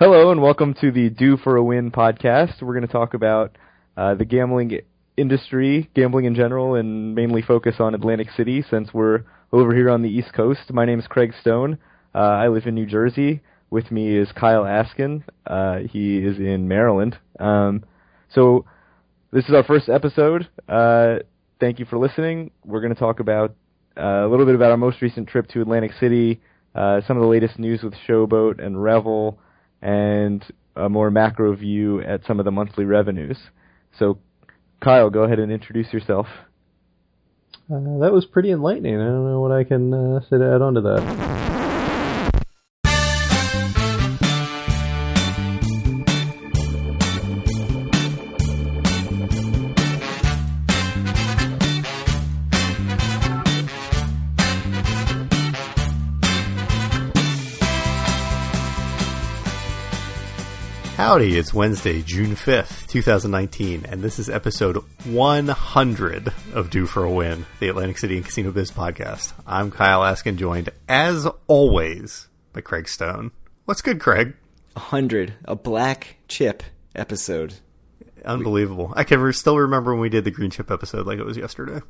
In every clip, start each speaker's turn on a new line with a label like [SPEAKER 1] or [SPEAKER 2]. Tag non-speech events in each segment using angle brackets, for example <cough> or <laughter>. [SPEAKER 1] and welcome to the Do for a Win podcast. We're going to talk about uh, the gambling industry, gambling in general, and mainly focus on Atlantic City since we're over here on the East Coast. My name is Craig Stone. Uh, I live in New Jersey. With me is Kyle Askin. Uh, he is in Maryland. Um, so this is our first episode. Uh, thank you for listening. We're going to talk about uh, a little bit about our most recent trip to Atlantic City, uh, some of the latest news with Showboat and Revel, and a more macro view at some of the monthly revenues. So, Kyle, go ahead and introduce yourself.
[SPEAKER 2] Uh, that was pretty enlightening. I don't know what I can uh, say to add on to that.
[SPEAKER 3] Howdy, it's Wednesday, June 5th, 2019, and this is episode 100 of Do for a Win, the Atlantic City and Casino Biz podcast. I'm Kyle Askin, joined, as always, by Craig Stone. What's good, Craig?
[SPEAKER 4] 100, a black chip episode.
[SPEAKER 3] Unbelievable. I can re- still remember when we did the Green Chip episode like it was yesterday.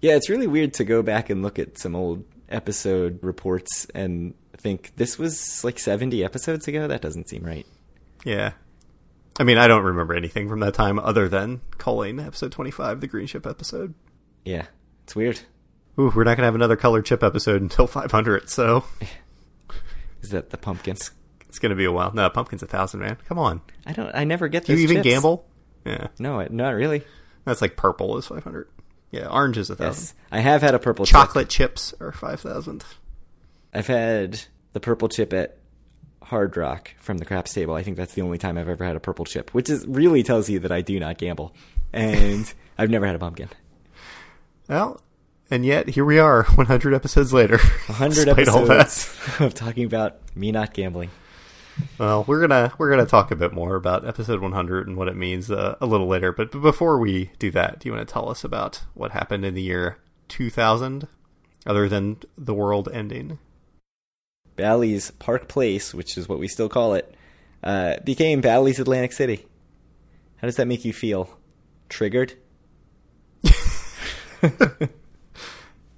[SPEAKER 4] Yeah, it's really weird to go back and look at some old episode reports and think this was like 70 episodes ago? That doesn't seem right.
[SPEAKER 3] Yeah. I mean, I don't remember anything from that time other than calling episode 25 the Green Chip episode.
[SPEAKER 4] Yeah, it's weird.
[SPEAKER 3] Ooh, we're not going to have another color chip episode until 500, so
[SPEAKER 4] <laughs> Is that the pumpkins?
[SPEAKER 3] it's going to be a while. No, Pumpkin's a thousand, man. Come on.
[SPEAKER 4] I don't, I never get
[SPEAKER 3] Do
[SPEAKER 4] those.
[SPEAKER 3] you even
[SPEAKER 4] chips.
[SPEAKER 3] gamble? Yeah.
[SPEAKER 4] No, I- not really.
[SPEAKER 3] That's like purple is 500. Yeah, orange is a 1,000.
[SPEAKER 4] Yes. I have had a purple chip.
[SPEAKER 3] Oh. Chocolate chips are 5,000.
[SPEAKER 4] I've had the purple chip at Hard Rock from the craps table. I think that's the only time I've ever had a purple chip, which is really tells you that I do not gamble. And I've never had a pumpkin.
[SPEAKER 3] Well, and yet here we are, <laughs> 100 episodes later. <laughs>
[SPEAKER 4] 100
[SPEAKER 3] Despite all that.
[SPEAKER 4] episodes <laughs> of talking about me not gambling.
[SPEAKER 3] Well, we're gonna we're gonna talk a bit more about episode 100 and what it means uh, a little later. But, but before we do that, do you want to tell us about what happened in the year 2000, other than the world ending?
[SPEAKER 4] Bally's Park Place, which is what we still call it, uh, became Bally's Atlantic City. How does that make you feel? Triggered?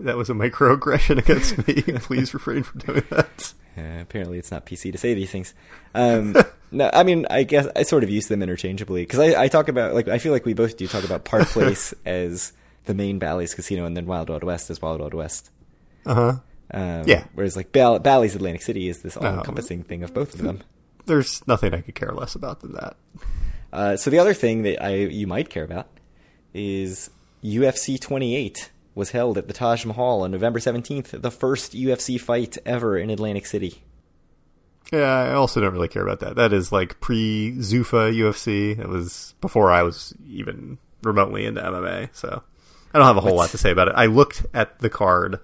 [SPEAKER 3] That was a microaggression <laughs> against me. Please refrain from doing that.
[SPEAKER 4] Uh, apparently, it's not PC to say these things. Um, no, I mean, I guess I sort of use them interchangeably because I, I talk about like I feel like we both do talk about Park Place as the main Bally's Casino, and then Wild Wild West as Wild Wild West.
[SPEAKER 3] Uh huh.
[SPEAKER 4] Um,
[SPEAKER 3] Yeah.
[SPEAKER 4] Whereas like Ball- Bally's Atlantic City is this all-encompassing thing of both of them.
[SPEAKER 3] There's nothing I could care less about than that.
[SPEAKER 4] Uh, so the other thing that I you might care about is UFC 28 was held at the Taj Mahal on November 17th, the first UFC fight ever in Atlantic City. <laughs>
[SPEAKER 3] Yeah, I also don't really care about that. That is like pre Zuffa UFC. It was before I was even remotely into MMA, so I don't have a whole lot to say about it. I looked at the card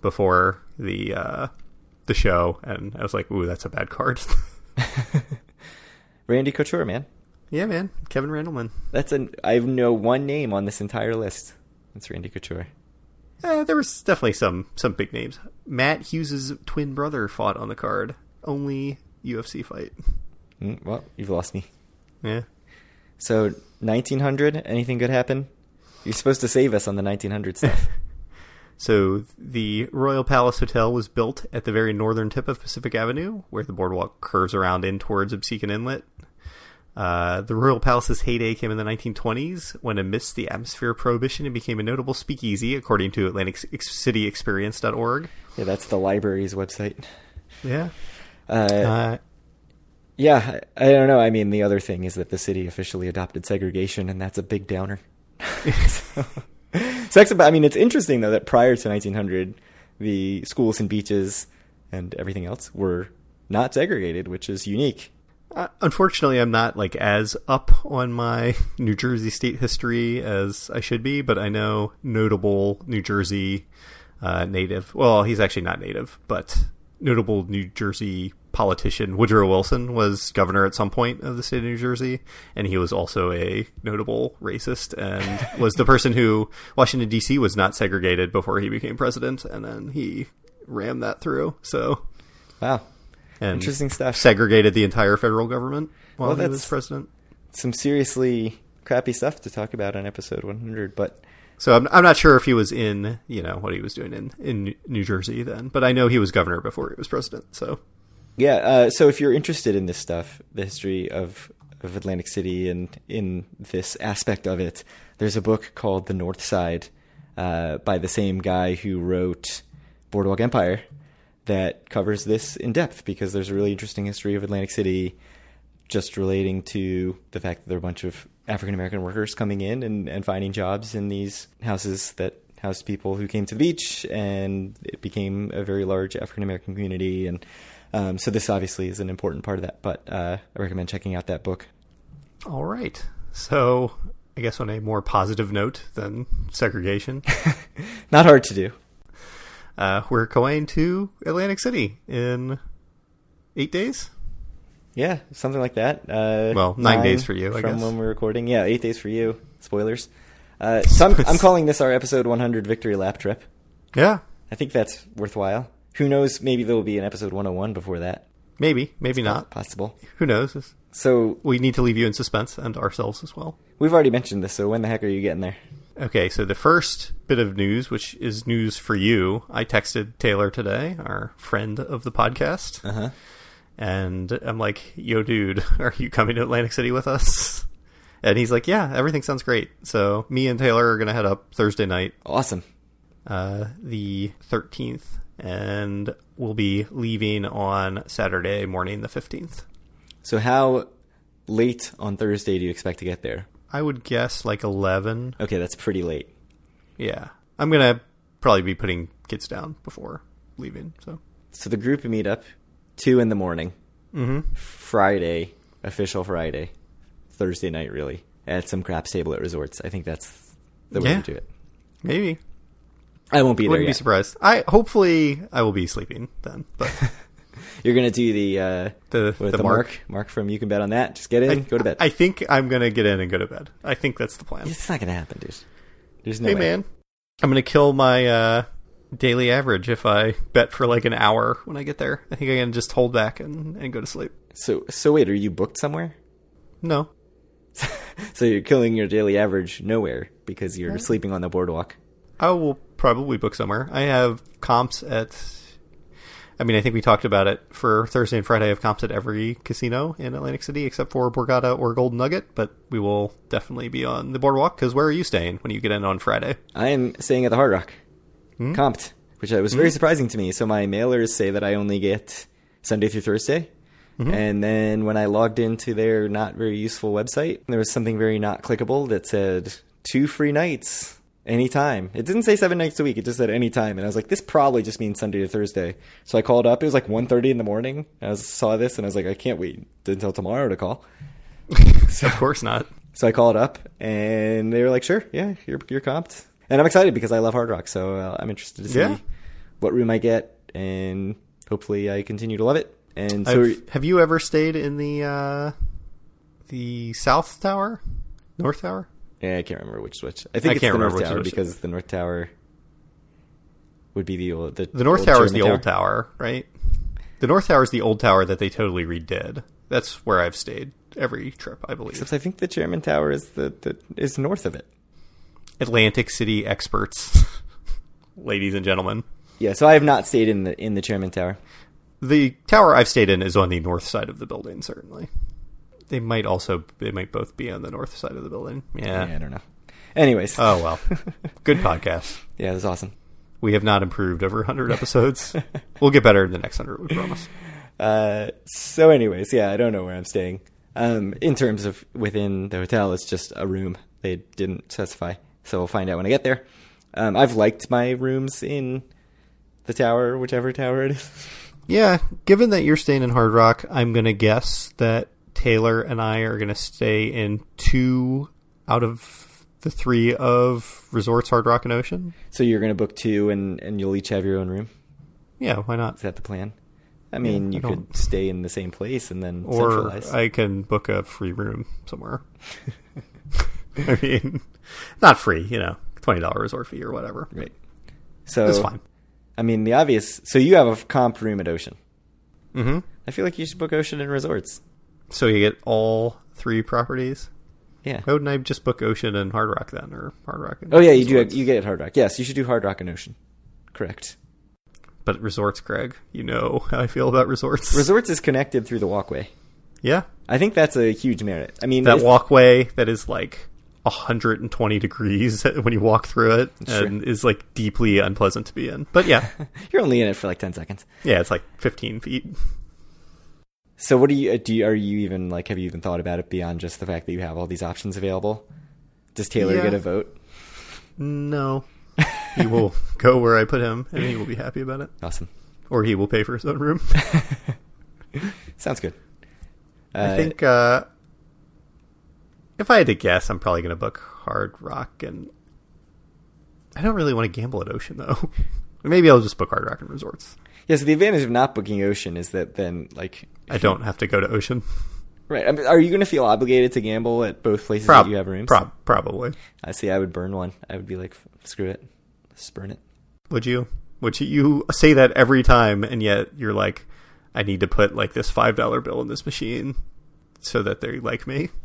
[SPEAKER 3] before the uh, the show, and I was like, "Ooh, that's a bad card." <laughs>
[SPEAKER 4] Randy Couture, man,
[SPEAKER 3] yeah, man, Kevin Randleman.
[SPEAKER 4] that's an I know one name on this entire list. That's Randy Couture.
[SPEAKER 3] Eh, there was definitely some some big names. Matt Hughes' twin brother fought on the card. Only UFC fight. <laughs>
[SPEAKER 4] Mm, well, you've lost me.
[SPEAKER 3] Yeah.
[SPEAKER 4] So 1900, anything good happen? You're supposed to save us on the 1900 stuff.
[SPEAKER 3] <laughs> So the Royal Palace Hotel was built at the very northern tip of Pacific Avenue, where the boardwalk curves around in towards Obsequan Inlet. Uh, the Royal Palace's heyday came in the 1920s when, amidst the atmosphere of prohibition, it became a notable speakeasy, according to Atlantic City Experience.org.
[SPEAKER 4] yeah, that's the library's website.
[SPEAKER 3] Yeah.
[SPEAKER 4] Uh,
[SPEAKER 3] Uh,
[SPEAKER 4] Yeah, I I don't know. I mean, the other thing is that the city officially adopted segregation, and that's a big downer. <laughs> so, sex, I mean, it's interesting though that prior to 1900, the schools and beaches and everything else were not segregated, which is unique.
[SPEAKER 3] Uh, unfortunately, I'm not like as up on my <laughs> New Jersey state history as I should be, but I know notable New Jersey uh, native. Well, he's actually not native, but notable New Jersey politician Woodrow Wilson was governor at some point of the state of New Jersey, and he was also a notable racist and was the person who Washington D.C. was not segregated before he became president, and then he rammed that through. So
[SPEAKER 4] Wow.
[SPEAKER 3] and
[SPEAKER 4] Interesting stuff.
[SPEAKER 3] segregated the entire federal government while
[SPEAKER 4] Well,
[SPEAKER 3] he was
[SPEAKER 4] that's-
[SPEAKER 3] president.
[SPEAKER 4] Some seriously crappy stuff to talk about on episode 100, but
[SPEAKER 3] So I'm, I'm not sure if he was in, you know, what he was doing in, in New Jersey then, but I know he was governor before he was president. So
[SPEAKER 4] Yeah, uh, so if you're interested in this stuff, the history of, of Atlantic City and in this aspect of it, there's a book called The North Side uh, by the same guy who wrote Boardwalk Empire that covers this in depth because there's a really interesting history of Atlantic City just relating to the fact that there are a bunch of African American workers coming in and, and finding jobs in these houses that housed people who came to the beach, and it became a very large African American community. And um, so, this obviously is an important part of that. But uh, I recommend checking out that book.
[SPEAKER 3] All right. So I guess on a more positive note than
[SPEAKER 4] <laughs>
[SPEAKER 3] segregation,
[SPEAKER 4] Not hard to do.
[SPEAKER 3] uh, we're going to Atlantic City in eight days.
[SPEAKER 4] Yeah, something like that. Uh,
[SPEAKER 3] Well, nine days for you, I
[SPEAKER 4] from
[SPEAKER 3] guess.
[SPEAKER 4] when we're recording. Yeah, eight days for you. Spoilers. Uh, so I'm, I'm calling this our episode 100 victory lap trip.
[SPEAKER 3] Yeah,
[SPEAKER 4] I think that's worthwhile. Who knows? Maybe there will be an episode 101 before that.
[SPEAKER 3] maybe, maybe not.
[SPEAKER 4] Possible.
[SPEAKER 3] Who knows?
[SPEAKER 4] So
[SPEAKER 3] We need to leave you in suspense and ourselves as well.
[SPEAKER 4] we've already mentioned this. So when the heck are you getting there?
[SPEAKER 3] Okay, so the first bit of news, which is news for you, I texted Taylor today, our friend of the podcast,
[SPEAKER 4] <laughs> Uh huh.
[SPEAKER 3] and I'm like, "Yo, dude, <laughs> are you coming to Atlantic City with us?" <laughs> And he's like, "Yeah, everything sounds great." So me and Taylor are gonna head up Thursday night,
[SPEAKER 4] Awesome.
[SPEAKER 3] uh, the 13th, and we'll be leaving on Saturday morning, the 15th.
[SPEAKER 4] So how late on Thursday do you expect to get there?
[SPEAKER 3] I would guess like 11.
[SPEAKER 4] Okay, that's pretty late.
[SPEAKER 3] Yeah, I'm gonna probably be putting kids down before leaving. So,
[SPEAKER 4] So the group meetup, two in the morning,
[SPEAKER 3] mm-hmm.
[SPEAKER 4] Friday, official Friday, Thursday night really at some craps table at resorts. I think that's the way
[SPEAKER 3] Yeah.
[SPEAKER 4] to do it.
[SPEAKER 3] maybe
[SPEAKER 4] I won't be there.
[SPEAKER 3] wouldn't be
[SPEAKER 4] yet.
[SPEAKER 3] surprised. I hopefully I will be sleeping then,
[SPEAKER 4] <laughs>
[SPEAKER 3] but
[SPEAKER 4] You're gonna do the uh,
[SPEAKER 3] the
[SPEAKER 4] what,
[SPEAKER 3] the, mark.
[SPEAKER 4] mark. mark from you can bet on that. Just get in,
[SPEAKER 3] I,
[SPEAKER 4] go to bed.
[SPEAKER 3] I think I'm gonna get in and go to bed. I think that's the plan.
[SPEAKER 4] it's not gonna happen, dude. There's no
[SPEAKER 3] hey
[SPEAKER 4] way.
[SPEAKER 3] man, I'm gonna kill my uh, daily average if I bet for like an hour when I get there. I think I'm gonna just hold back and, and go to sleep.
[SPEAKER 4] So so wait, are you booked somewhere?
[SPEAKER 3] No,
[SPEAKER 4] So you're killing your daily average nowhere because you're sleeping on the boardwalk.
[SPEAKER 3] I will probably book somewhere. I have comps at. I mean, I think we talked about it for Thursday and Friday. I have comps at every casino in Atlantic City except for Borgata or Golden Nugget, but we will definitely be on the boardwalk because where are you staying when you get in on Friday?
[SPEAKER 4] I am staying at the Hard Rock,
[SPEAKER 3] Hmm?
[SPEAKER 4] comped, which uh, was very surprising to me. So my mailers say that I only get Sunday through Thursday.
[SPEAKER 3] Hmm? Mm-hmm. <laughs>
[SPEAKER 4] And then when I logged into their not very useful website, there was something very not clickable that said two free nights anytime. It didn't say seven nights a week. It just said anytime. And I was like, this probably just means Sunday to Thursday. So I called up. It was like 1.30 in the morning. I was, saw this and I was like, I can't wait until tomorrow to call.
[SPEAKER 3] of course not.
[SPEAKER 4] So I called up, and they were like, "Sure, yeah, you're you're comped." And I'm excited because I love Hard Rock, so uh, I'm interested to see
[SPEAKER 3] Yeah.
[SPEAKER 4] what room I get, and hopefully I continue to love it. And so
[SPEAKER 3] I've- have you ever stayed in the uh, the South Tower, North Tower?
[SPEAKER 4] yeah, I can't remember which which. I think
[SPEAKER 3] I
[SPEAKER 4] it's
[SPEAKER 3] can't remember
[SPEAKER 4] the North
[SPEAKER 3] which
[SPEAKER 4] Tower
[SPEAKER 3] which-
[SPEAKER 4] because the North Tower would be the old the,
[SPEAKER 3] The North
[SPEAKER 4] old
[SPEAKER 3] Tower is the
[SPEAKER 4] German
[SPEAKER 3] old tower, right? The North Tower is the old tower that they totally redid. That's where I've stayed every trip, I believe.
[SPEAKER 4] Except I think the German Tower is the, the is north of it.
[SPEAKER 3] Atlantic City experts, <laughs> ladies and gentlemen.
[SPEAKER 4] Yeah, so I have not stayed in the in the German Tower.
[SPEAKER 3] The tower I've stayed in is on the north side of the building, certainly. They might also they might both be on the north side of the building. Yeah.
[SPEAKER 4] I don't know. Anyways,
[SPEAKER 3] Oh well. Good podcast.
[SPEAKER 4] <laughs> yeah, it was awesome.
[SPEAKER 3] We have not improved over 100
[SPEAKER 4] <laughs>
[SPEAKER 3] episodes. we'll get better in the next 100, we promise.
[SPEAKER 4] Uh, so anyways, yeah, I don't know where I'm staying. Um, in terms of within the hotel, it's just a room. They didn't specify, so we'll find out when I get there. Um, I've liked my rooms in the tower, whichever tower it is. <laughs>
[SPEAKER 3] Yeah, given that you're staying in Hard Rock, I'm going to guess that Taylor and I are going to stay in two out of the three of Resorts Hard Rock and Ocean.
[SPEAKER 4] So you're gonna book two, and and you'll each have your own room.
[SPEAKER 3] Yeah, why not?
[SPEAKER 4] Is that the plan? I mean,
[SPEAKER 3] I
[SPEAKER 4] you could
[SPEAKER 3] don't-
[SPEAKER 4] stay in the same place and then
[SPEAKER 3] or
[SPEAKER 4] centralize.
[SPEAKER 3] I can book a free room somewhere. <laughs> I mean, not free, you know, twenty dollars resort fee or whatever.
[SPEAKER 4] <laughs> right. So
[SPEAKER 3] That's fine.
[SPEAKER 4] I mean, the obvious. So you have a comp room at Ocean.
[SPEAKER 3] hmm
[SPEAKER 4] I feel like you should book ocean and resorts.
[SPEAKER 3] So you get all three properties.
[SPEAKER 4] Yeah.
[SPEAKER 3] Why wouldn't I just book Ocean and Hard Rock then, or Hard Rock? And
[SPEAKER 4] Oh yeah, you do.
[SPEAKER 3] Resorts?
[SPEAKER 4] You get it, Hard Rock. Yes, you should do Hard Rock and Ocean. Correct.
[SPEAKER 3] But resorts, Greg, you know how I feel about resorts.
[SPEAKER 4] Resorts is connected through the walkway.
[SPEAKER 3] yeah,
[SPEAKER 4] I think that's a huge merit. I mean,
[SPEAKER 3] that
[SPEAKER 4] if-
[SPEAKER 3] walkway that is like 120 degrees <laughs> when you walk through it,
[SPEAKER 4] Sure.
[SPEAKER 3] and is like deeply unpleasant to be in. But yeah,
[SPEAKER 4] <laughs> <laughs> You're only in it for like ten seconds.
[SPEAKER 3] yeah, it's like 15 feet.
[SPEAKER 4] So what do you uh, do? You, are you even like? Have you even thought about it beyond just the fact that you have all these options available? Does Taylor
[SPEAKER 3] Yeah.
[SPEAKER 4] get
[SPEAKER 3] <laughs>
[SPEAKER 4] a vote?
[SPEAKER 3] No, he will go where I put him, and he will be happy about it,
[SPEAKER 4] <laughs> Awesome. <laughs>
[SPEAKER 3] or he will pay for his own room.
[SPEAKER 4] Sounds good.
[SPEAKER 3] I think uh, if I had to guess, I'm probably going to book Hard Rock, and I don't really want to gamble at Ocean though. <laughs> Maybe I'll just book Hard Rock and Resorts.
[SPEAKER 4] Yeah, so the advantage of not booking Ocean is that then, like,
[SPEAKER 3] I don't have to go to Ocean.
[SPEAKER 4] right? I mean, are you going to feel obligated to gamble at both places
[SPEAKER 3] Prob-
[SPEAKER 4] that you have rooms?
[SPEAKER 3] prob- probably.
[SPEAKER 4] I see. I would burn one. I would be like, screw it, just burn it. <laughs>
[SPEAKER 3] Would you? Would you, you say that every time, and yet you're like, I need to put like this five dollar bill in this machine so that they like me.
[SPEAKER 4] <laughs>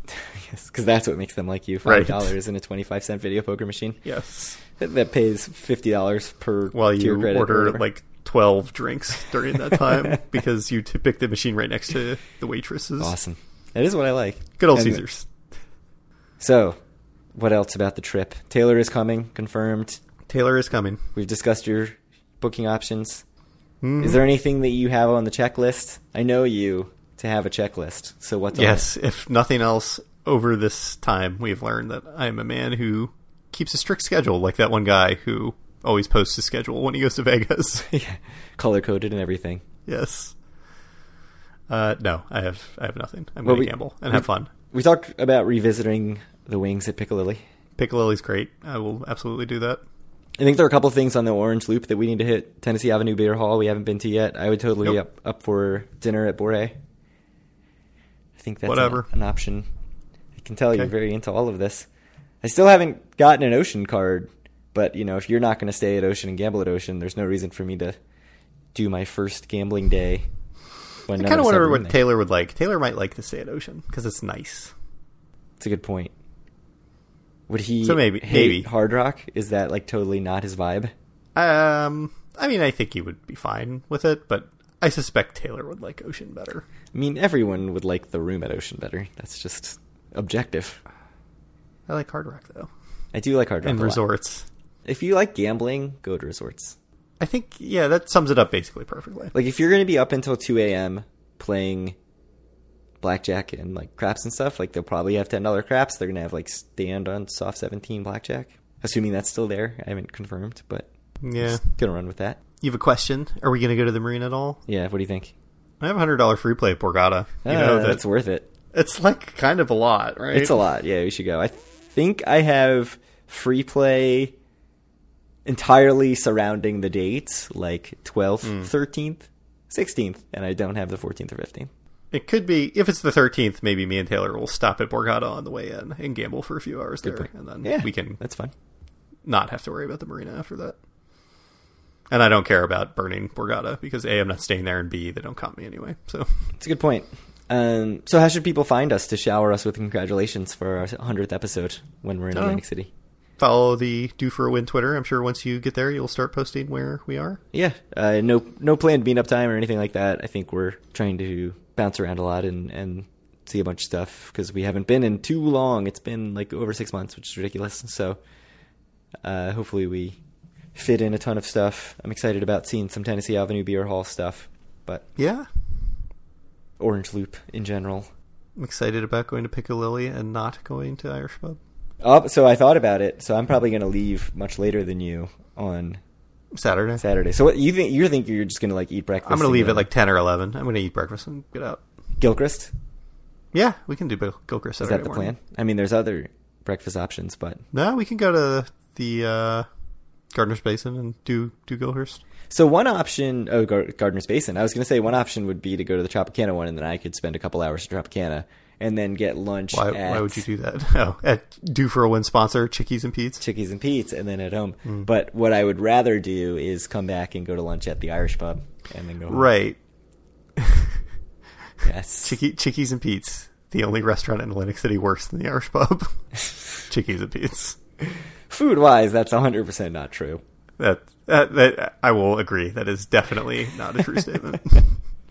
[SPEAKER 4] Yes, because that's what makes them like you.
[SPEAKER 3] Right.
[SPEAKER 4] Five dollars in a twenty-five cent video poker machine
[SPEAKER 3] Yes.
[SPEAKER 4] that, that pays fifty dollars per
[SPEAKER 3] While
[SPEAKER 4] to your
[SPEAKER 3] you
[SPEAKER 4] credit or
[SPEAKER 3] order
[SPEAKER 4] whatever.
[SPEAKER 3] like twelve drinks during that
[SPEAKER 4] <laughs>
[SPEAKER 3] time because you t- pick the machine right next to the waitresses.
[SPEAKER 4] awesome. That is what I like.
[SPEAKER 3] Good old
[SPEAKER 4] And-
[SPEAKER 3] Caesars.
[SPEAKER 4] So, what else about the trip? Taylor is coming, confirmed.
[SPEAKER 3] Taylor is coming.
[SPEAKER 4] We've discussed your booking options.
[SPEAKER 3] Mhm.
[SPEAKER 4] Is there anything that you have on the checklist? I know you to have a checklist. So what's on
[SPEAKER 3] Yes,
[SPEAKER 4] it? <laughs>
[SPEAKER 3] if nothing else, over this time we've learned that I'm a man who keeps a strict schedule, like that one guy who always posts his schedule when he goes to <laughs> Vegas.
[SPEAKER 4] yeah, color coded and everything.
[SPEAKER 3] yes. Uh, no, I have I have nothing. I'm
[SPEAKER 4] Well,
[SPEAKER 3] gonna
[SPEAKER 4] we-
[SPEAKER 3] gamble
[SPEAKER 4] we-
[SPEAKER 3] and have fun.
[SPEAKER 4] We talked about revisiting the wings at Piccalilli.
[SPEAKER 3] Piccalilli's great. I will absolutely do that.
[SPEAKER 4] I think there are a couple things on the Orange Loop that we need to hit. Tennessee Avenue Beer Hall we haven't been to yet. I would totally be
[SPEAKER 3] Yep.
[SPEAKER 4] up up for dinner at Boré. I think that's an-
[SPEAKER 3] Whatever.
[SPEAKER 4] An, option. I can tell you're
[SPEAKER 3] Okay.
[SPEAKER 4] very into all of this. I still haven't gotten an Ocean card, but you know if you're not going to stay at Ocean and gamble at Ocean, there's no reason for me to do my first gambling day. When
[SPEAKER 3] I
[SPEAKER 4] none
[SPEAKER 3] kind of
[SPEAKER 4] us have
[SPEAKER 3] wonder
[SPEAKER 4] room
[SPEAKER 3] what
[SPEAKER 4] there.
[SPEAKER 3] Taylor would like. Taylor might like to stay at Ocean because it's nice.
[SPEAKER 4] It's a good point. Would he?
[SPEAKER 3] So maybe-
[SPEAKER 4] hate
[SPEAKER 3] maybe.
[SPEAKER 4] Hard Rock is that like totally not his vibe?
[SPEAKER 3] Um, I mean, I think he would be fine with it, but I suspect Taylor would like Ocean better.
[SPEAKER 4] I mean, everyone would like the room at Ocean better. That's just objective.
[SPEAKER 3] I like Hard Rock though,
[SPEAKER 4] I do like Hard Rock
[SPEAKER 3] and
[SPEAKER 4] a lot.
[SPEAKER 3] resorts.
[SPEAKER 4] If you like gambling, go to resorts.
[SPEAKER 3] I think yeah, that sums it up basically perfectly.
[SPEAKER 4] Like if you're going to be up until 2 a.m. playing blackjack and like craps and stuff, like they'll probably have ten dollar craps. They're going to have like stand on soft 17 blackjack, assuming that's still there. I haven't confirmed, but
[SPEAKER 3] yeah,
[SPEAKER 4] gonna run with that.
[SPEAKER 3] you have a question? Are we going to go to the marina at all?
[SPEAKER 4] Yeah, what do you think?
[SPEAKER 3] I have a hundred dollar free play at Borgata. You
[SPEAKER 4] Ah,
[SPEAKER 3] know that-
[SPEAKER 4] that's worth it.
[SPEAKER 3] It's like kind of a lot, right?
[SPEAKER 4] It's a lot. Yeah, we should go. I think I have free play entirely surrounding the dates, like 12th,
[SPEAKER 3] Hmm.
[SPEAKER 4] 13th, 16th, and I don't have the 14th or 15th.
[SPEAKER 3] It could be if it's the thirteenth. Maybe me and Taylor will stop at Borgata on the way in and gamble for a few hours there,
[SPEAKER 4] point.
[SPEAKER 3] and then
[SPEAKER 4] Yeah,
[SPEAKER 3] we can
[SPEAKER 4] That's fine.
[SPEAKER 3] not have to worry about the marina after that. And I don't care about burning Borgata because a I'm not staying there, and b they don't count me anyway. So
[SPEAKER 4] It's a good point. Um, so, how should people find us to shower us with congratulations for our 100th episode when we're in
[SPEAKER 3] Oh.
[SPEAKER 4] Atlantic City?
[SPEAKER 3] follow the Do for a Win Twitter. I'm sure once you get there, you'll start posting where we are.
[SPEAKER 4] Yeah, uh, no, no planned meetup time or anything like that. I think we're trying to bounce around a lot and and see a bunch of stuff because we haven't been in too long. It's been like over six months, which is ridiculous. So uh, hopefully we fit in a ton of stuff. I'm excited about seeing some Tennessee Avenue Beer Hall stuff, but
[SPEAKER 3] Yeah,
[SPEAKER 4] Orange Loop in general.
[SPEAKER 3] I'm excited about going to Piccalilli and not going to Irish Pub.
[SPEAKER 4] Oh, so I thought about it. So I'm probably going to leave much later than you on
[SPEAKER 3] Saturday.
[SPEAKER 4] Saturday. So what you think? You think you're just going to like eat breakfast?
[SPEAKER 3] I'm going to
[SPEAKER 4] and
[SPEAKER 3] leave
[SPEAKER 4] go
[SPEAKER 3] at like 10 or 11. I'm going to eat breakfast and get out.
[SPEAKER 4] Gilchrist.
[SPEAKER 3] Yeah, we can do Bill- Gilchrist
[SPEAKER 4] Is
[SPEAKER 3] Saturday
[SPEAKER 4] that the
[SPEAKER 3] morning.
[SPEAKER 4] plan? I mean, there's other breakfast options, but
[SPEAKER 3] No, we can go to the uh, Gardner's Basin and do do Gilchrist.
[SPEAKER 4] so one option. Oh, Gar- Gardner's Basin. I was going to say one option would be to go to the Tropicana one, and then I could spend a couple hours at Tropicana and then get lunch.
[SPEAKER 3] Why,
[SPEAKER 4] at
[SPEAKER 3] why would you do that? <laughs> Oh, at Do for a Win sponsor, Chickies and Pete's.
[SPEAKER 4] Chickies and Pete's, and then at home?
[SPEAKER 3] Hmm.
[SPEAKER 4] But what I would rather do is come back and go to lunch at the Irish pub, and then go home.
[SPEAKER 3] Right.
[SPEAKER 4] <laughs> Yes.
[SPEAKER 3] Chicky, Chickies and Pete's, the only restaurant in Atlantic City worse than the Irish pub. Chickies and Pete's.
[SPEAKER 4] Food wise, that's 100% not true.
[SPEAKER 3] That, that that I will agree. That is definitely not a true statement.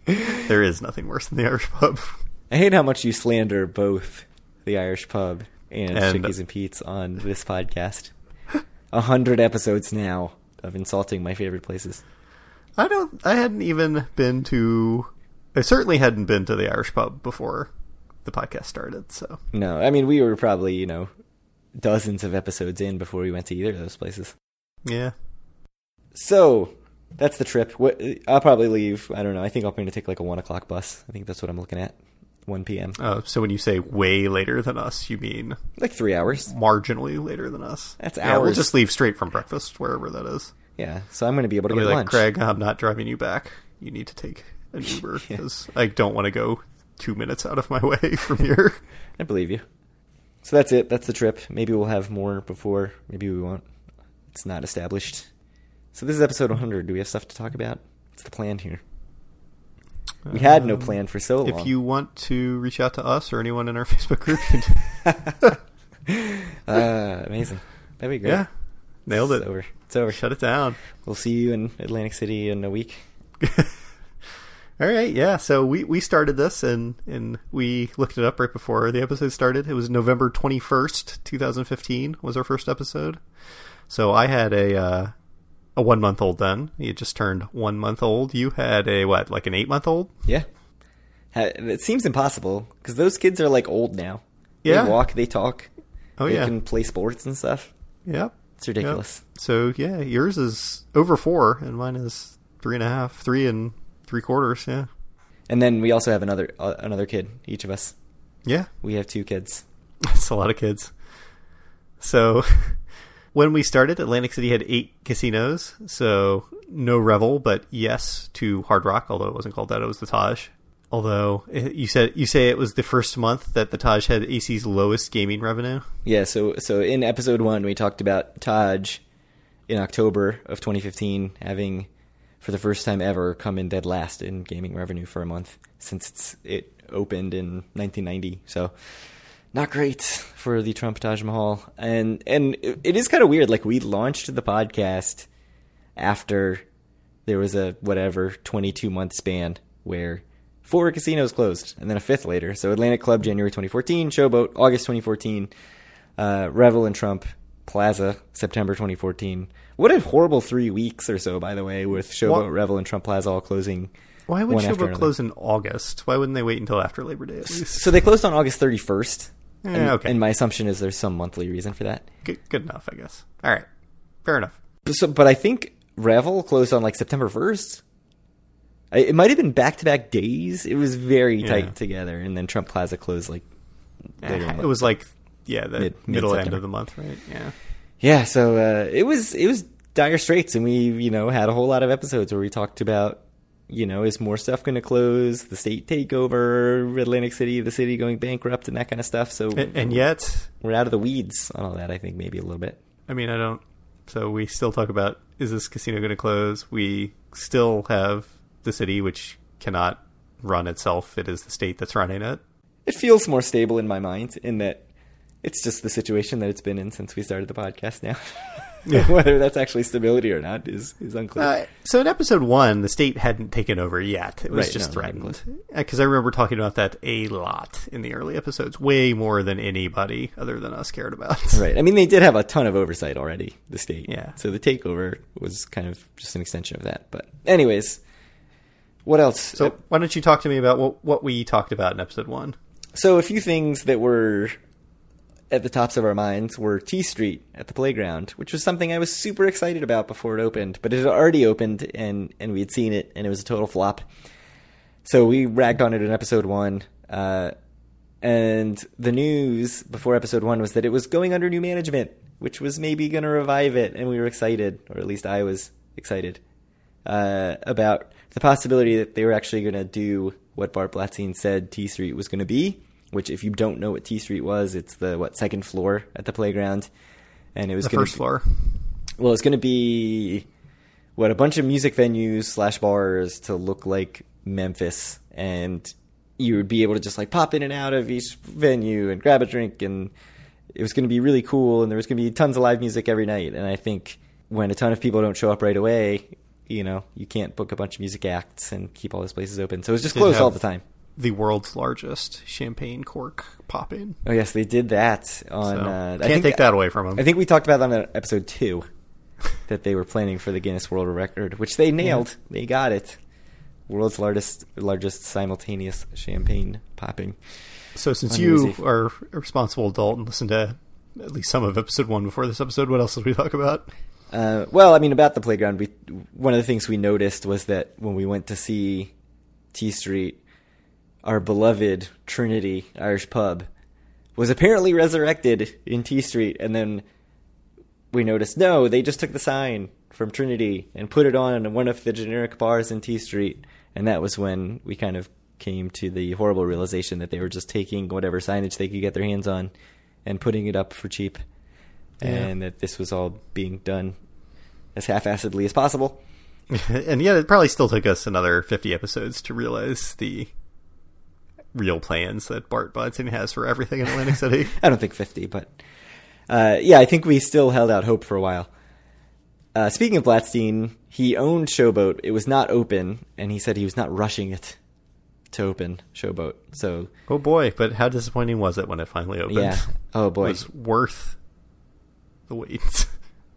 [SPEAKER 3] there is nothing worse than the Irish pub.
[SPEAKER 4] I hate how much you slander both the Irish pub and,
[SPEAKER 3] And-
[SPEAKER 4] Chickies and Pete's on this podcast. A hundred episodes now of insulting my favorite places.
[SPEAKER 3] I don't. I hadn't even been to. I certainly hadn't been to the Irish pub before the podcast started. So
[SPEAKER 4] No, I mean we were probably you know dozens of episodes in before we went to either of those places.
[SPEAKER 3] yeah,
[SPEAKER 4] So that's the trip. What, I'll probably leave. I don't know. I think I'm going to take like a one o'clock bus. I think that's what I'm looking at. One p.m.
[SPEAKER 3] Uh, so when you say way later than us, you mean
[SPEAKER 4] Like three hours.
[SPEAKER 3] marginally later than us.
[SPEAKER 4] That's
[SPEAKER 3] Yeah, we'll
[SPEAKER 4] hours.
[SPEAKER 3] just leave straight from breakfast, wherever that is.
[SPEAKER 4] Yeah. So I'm going to be able to
[SPEAKER 3] I'll be
[SPEAKER 4] get
[SPEAKER 3] like,
[SPEAKER 4] lunch.
[SPEAKER 3] Craig, I'm not driving you back. You need to take
[SPEAKER 4] <laughs>
[SPEAKER 3] an Uber because I don't want to go two minutes out of my way <laughs> from here.
[SPEAKER 4] I believe you. So that's it. That's the trip. Maybe we'll have more before. Maybe we won't. It's not established. So this is episode 100. Do we have stuff to talk about? What's the plan here? <laughs> We had no
[SPEAKER 3] Um,
[SPEAKER 4] plan for so long.
[SPEAKER 3] If you want to reach out to us or anyone in our <laughs> Facebook group, you can-
[SPEAKER 4] <laughs> uh, amazing. That'd be great.
[SPEAKER 3] yeah, nailed it.
[SPEAKER 4] It's over. It's over.
[SPEAKER 3] Shut it down.
[SPEAKER 4] We'll see you in Atlantic City in a week.
[SPEAKER 3] <laughs> All right, yeah. So we, we started this and and we looked it up right before the episode started. It was November twenty first, two thousand fifteen, was our first episode. So I had a uh, a one month old then. You just turned one month old. You had a what, like an eight month old?
[SPEAKER 4] Yeah. Ha- It seems impossible because those kids are like old now.
[SPEAKER 3] Yeah.
[SPEAKER 4] They walk, they talk,
[SPEAKER 3] Oh
[SPEAKER 4] they
[SPEAKER 3] yeah,
[SPEAKER 4] can play sports and stuff.
[SPEAKER 3] yep.
[SPEAKER 4] It's ridiculous.
[SPEAKER 3] Yep. So yeah, yours is over four, and mine is three and a half, three and three quarters. Yeah,
[SPEAKER 4] And then we also have another uh, another kid, each of us.
[SPEAKER 3] yeah.
[SPEAKER 4] We have two kids.
[SPEAKER 3] <laughs> That's a lot of kids. So, <laughs> when we started, Atlantic City had eight casinos. So, no Revel, but yes to Hard Rock, although it wasn't called that. It was the Taj. Although eh, you said you say it was the first month that the Taj had AC's lowest gaming revenue.
[SPEAKER 4] Yeah, so so in episode 1 we talked about Taj in October of 2015 having for the first time ever come in dead last in gaming revenue for a month since it's, it opened in 1990. So not great for the Trump Taj Mahal. And and it it is kind of weird like we launched the podcast after there was a whatever 22 month span where four casinos closed and then a fifth later. So Atlantic Club January 2014, Showboat August 2014, uh, Revel and Trump Plaza September 2014. What a horrible three weeks or so, by the way, with Showboat,
[SPEAKER 3] Wha-
[SPEAKER 4] Revel, and Trump Plaza all closing.
[SPEAKER 3] Why would
[SPEAKER 4] one after
[SPEAKER 3] Showboat
[SPEAKER 4] another.
[SPEAKER 3] close in August? Why wouldn't they wait until after Labor Day at least?
[SPEAKER 4] So they closed on August 31st.
[SPEAKER 3] Eh,
[SPEAKER 4] and,
[SPEAKER 3] okay.
[SPEAKER 4] and my assumption is there's some monthly reason for that.
[SPEAKER 3] <laughs> good, good enough, I guess. All right, fair enough.
[SPEAKER 4] But, so, but I think Revel closed on like September 1st. I, it might have been back to back days. It was very
[SPEAKER 3] Yeah.
[SPEAKER 4] tight together. And then Trump Plaza closed like later. in the
[SPEAKER 3] Eh, It
[SPEAKER 4] month.
[SPEAKER 3] was like yeah, the
[SPEAKER 4] Mid-
[SPEAKER 3] middle end
[SPEAKER 4] mid-September.
[SPEAKER 3] of the month, right? Yeah.
[SPEAKER 4] Yeah, so uh, it was it was dire straits, and we you know had a whole lot of episodes where we talked about you know is more stuff going to close, the state takeover, Atlantic City, the city going bankrupt, and that kind of stuff. So
[SPEAKER 3] And, and yet,
[SPEAKER 4] we're out of the weeds on all that. I think maybe a little bit.
[SPEAKER 3] I mean, I don't. So we still talk about is this casino going to close? We still have the city, which cannot run itself. It is the state that's running it.
[SPEAKER 4] It feels more stable in my mind in that it's just the situation that it's been in since we started the podcast now.
[SPEAKER 3] Yeah.
[SPEAKER 4] <laughs> Whether that's actually stability or not is is unclear.
[SPEAKER 3] Uh, so in episode one, the state hadn't taken over yet. It was
[SPEAKER 4] Right,
[SPEAKER 3] just
[SPEAKER 4] no, it hadn't
[SPEAKER 3] threatened. Because I remember talking about that a lot in the early episodes, way more than anybody other than us cared about.
[SPEAKER 4] Right. I mean, they did have a ton of oversight already, the state.
[SPEAKER 3] Yeah.
[SPEAKER 4] So the takeover was kind of just an extension of that. But, anyways, what else? Uh,
[SPEAKER 3] So why don't you talk to me about what what we talked about in episode one?
[SPEAKER 4] So a few things that were at the tops of our minds were T Street at the playground, which was something I was super excited about before it opened, but it had already opened and and we had seen it and it was a total flop. So we ragged on it in episode one. Uh, and the news before episode one was that it was going under new management, which was maybe going to revive it, and we were excited, or at least I was excited uh, about the possibility that they were actually going to do what Bart Blatstein said T Street was going to be. Which, if you don't know what T Street was, it's the what second floor at the playground, and it was
[SPEAKER 3] The
[SPEAKER 4] gonna
[SPEAKER 3] first
[SPEAKER 4] be-
[SPEAKER 3] floor.
[SPEAKER 4] well, it's going to be what a bunch of music venues slash bars to look like Memphis, and you would be able to just like pop in and out of each venue and grab a drink and it was going to be really cool and there was going to be tons of live music every night and i think when a ton of people don't show up right away you know you can't book a bunch of music acts and keep all those places open so it was just
[SPEAKER 3] Did
[SPEAKER 4] closed all
[SPEAKER 3] have-
[SPEAKER 4] the time
[SPEAKER 3] The world's largest champagne cork pop in.
[SPEAKER 4] oh yes they did that on
[SPEAKER 3] So,
[SPEAKER 4] uh,
[SPEAKER 3] can't take that away from them.
[SPEAKER 4] i think we talked about that on episode two that they were planning for the guinness world record which they nailed they got it world's largest largest simultaneous champagne popping
[SPEAKER 3] So since
[SPEAKER 4] on
[SPEAKER 3] you
[SPEAKER 4] Year's Eve.
[SPEAKER 3] are a responsible adult and listen to at least some of episode one before this episode, what else did we talk about? <laughs>
[SPEAKER 4] Uh, well, I mean, about the playground, we one of the things we noticed was that when we went to see T Street, our beloved Trinity Irish pub was apparently resurrected in T Street, and then we noticed no, they just took the sign from Trinity and put it on one of the generic bars in T Street, and that was when we kind of came to the horrible realization that they were just taking whatever signage they could get their hands on and putting it up for cheap,
[SPEAKER 3] Yeah.
[SPEAKER 4] and that this was all being done as half-assedly as possible.
[SPEAKER 3] and yet it probably still took us another 50 episodes to realize the real plans that Bart Bonson has for everything in Atlantic City.
[SPEAKER 4] <laughs> I don't think 50, but uh, yeah, I think we still held out hope for a while. Uh, speaking of Blatstein, he owned Showboat. It was not open, and he said he was not rushing it to open Showboat. So
[SPEAKER 3] Oh boy, but how disappointing was it when it finally opened?
[SPEAKER 4] yeah, oh
[SPEAKER 3] It
[SPEAKER 4] boy,
[SPEAKER 3] was worth the wait. <laughs>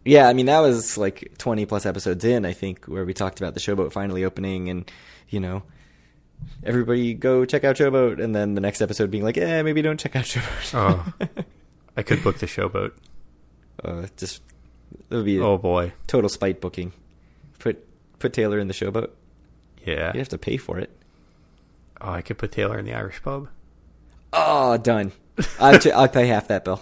[SPEAKER 4] yeah. I mean, that was like 20 plus episodes in, I think, where we talked about the Showboat finally opening, and you know, everybody go check out Showboat, and then the next episode being like, eh, maybe don't check out Showboat. <laughs>
[SPEAKER 3] Oh. I could book the showboat.
[SPEAKER 4] uh, just that would be
[SPEAKER 3] Oh boy.
[SPEAKER 4] total spite booking. Put put Taylor in the showboat.
[SPEAKER 3] Yeah.
[SPEAKER 4] You'd have to pay for it.
[SPEAKER 3] Oh, I could put Taylor in the Irish pub.
[SPEAKER 4] Oh, done. I'll, t- I'll pay half that bill.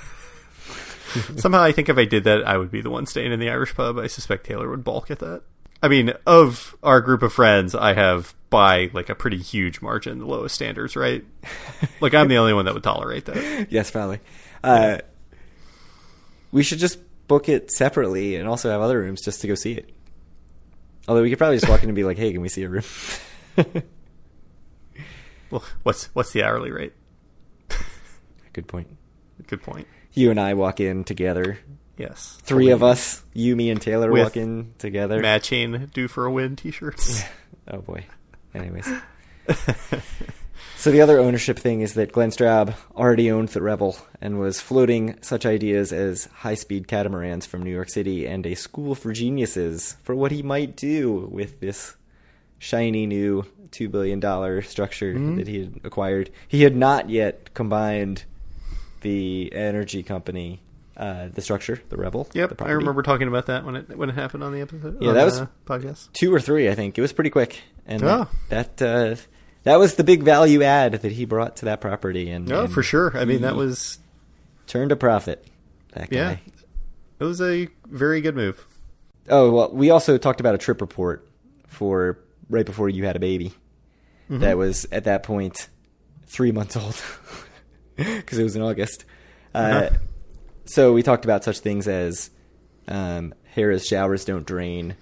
[SPEAKER 4] <laughs>
[SPEAKER 3] Somehow, I think if I did that, I would be the one staying in the Irish pub. I suspect Taylor would balk at that. I mean, of our group of friends, I have by like a pretty huge margin the lowest standards,
[SPEAKER 4] <laughs>
[SPEAKER 3] right? like I'm the only one that would tolerate that.
[SPEAKER 4] Yes, probably. Uh, we should just book it separately and also have other rooms just to go see it. Although we could probably just walk in and be like, "Hey, can we see a room?" <laughs>
[SPEAKER 3] Well, what's what's the hourly rate? <laughs>
[SPEAKER 4] Good point.
[SPEAKER 3] Good point.
[SPEAKER 4] You and I walk in together.
[SPEAKER 3] Yes,
[SPEAKER 4] Three of us, you, me, and Taylor,
[SPEAKER 3] With
[SPEAKER 4] walk in together.
[SPEAKER 3] matching due for a win T-shirts.
[SPEAKER 4] <laughs> Oh boy. <laughs> Anyways. So the other ownership thing is that Glenn Straub already owned the Rebel and was floating such ideas as high-speed catamarans from New York City and a school for geniuses for what he might do with this shiny new two billion dollar structure
[SPEAKER 3] Mm-hmm.
[SPEAKER 4] that he had acquired. He had not yet combined the energy company, uh, the structure, the Rebel. the
[SPEAKER 3] Yep, I
[SPEAKER 4] property.
[SPEAKER 3] remember talking about that when it when it happened on the episode.
[SPEAKER 4] Yeah,
[SPEAKER 3] on
[SPEAKER 4] that was-
[SPEAKER 3] the podcast.
[SPEAKER 4] two or three, I think. It was pretty quick, and
[SPEAKER 3] Oh.
[SPEAKER 4] that that, uh, that was the big value add that he brought to that property. And
[SPEAKER 3] No,
[SPEAKER 4] and
[SPEAKER 3] Oh, for sure. I mean, that
[SPEAKER 4] he
[SPEAKER 3] was
[SPEAKER 4] turned a profit. That guy.
[SPEAKER 3] yeah, it was a very good move.
[SPEAKER 4] Oh well, we also talked about a trip report for right before you had a baby.
[SPEAKER 3] Mm-hmm.
[SPEAKER 4] That was at that point three months old <laughs> because it was in August. Uh,
[SPEAKER 3] Uh-huh.
[SPEAKER 4] So we talked about such things as um, Harris showers don't drain.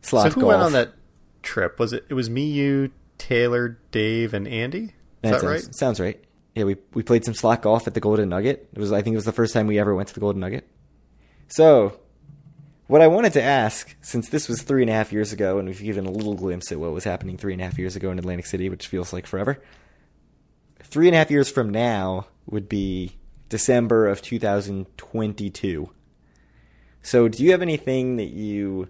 [SPEAKER 4] Slot
[SPEAKER 3] So who
[SPEAKER 4] golf.
[SPEAKER 3] went on that trip? Was it? It was me, you, Taylor, Dave, and Andy. Is that,
[SPEAKER 4] sounds,
[SPEAKER 3] right?
[SPEAKER 4] Sounds right. Yeah, we we played some slack golf at the Golden Nugget. It was I think it was the first time we ever went to the Golden Nugget. So, what I wanted to ask, since this was three and a half years ago, and we've given a little glimpse at what was happening three and a half years ago in Atlantic City, which feels like forever. Three and a half years from now would be December of 2022. So, do you have anything that you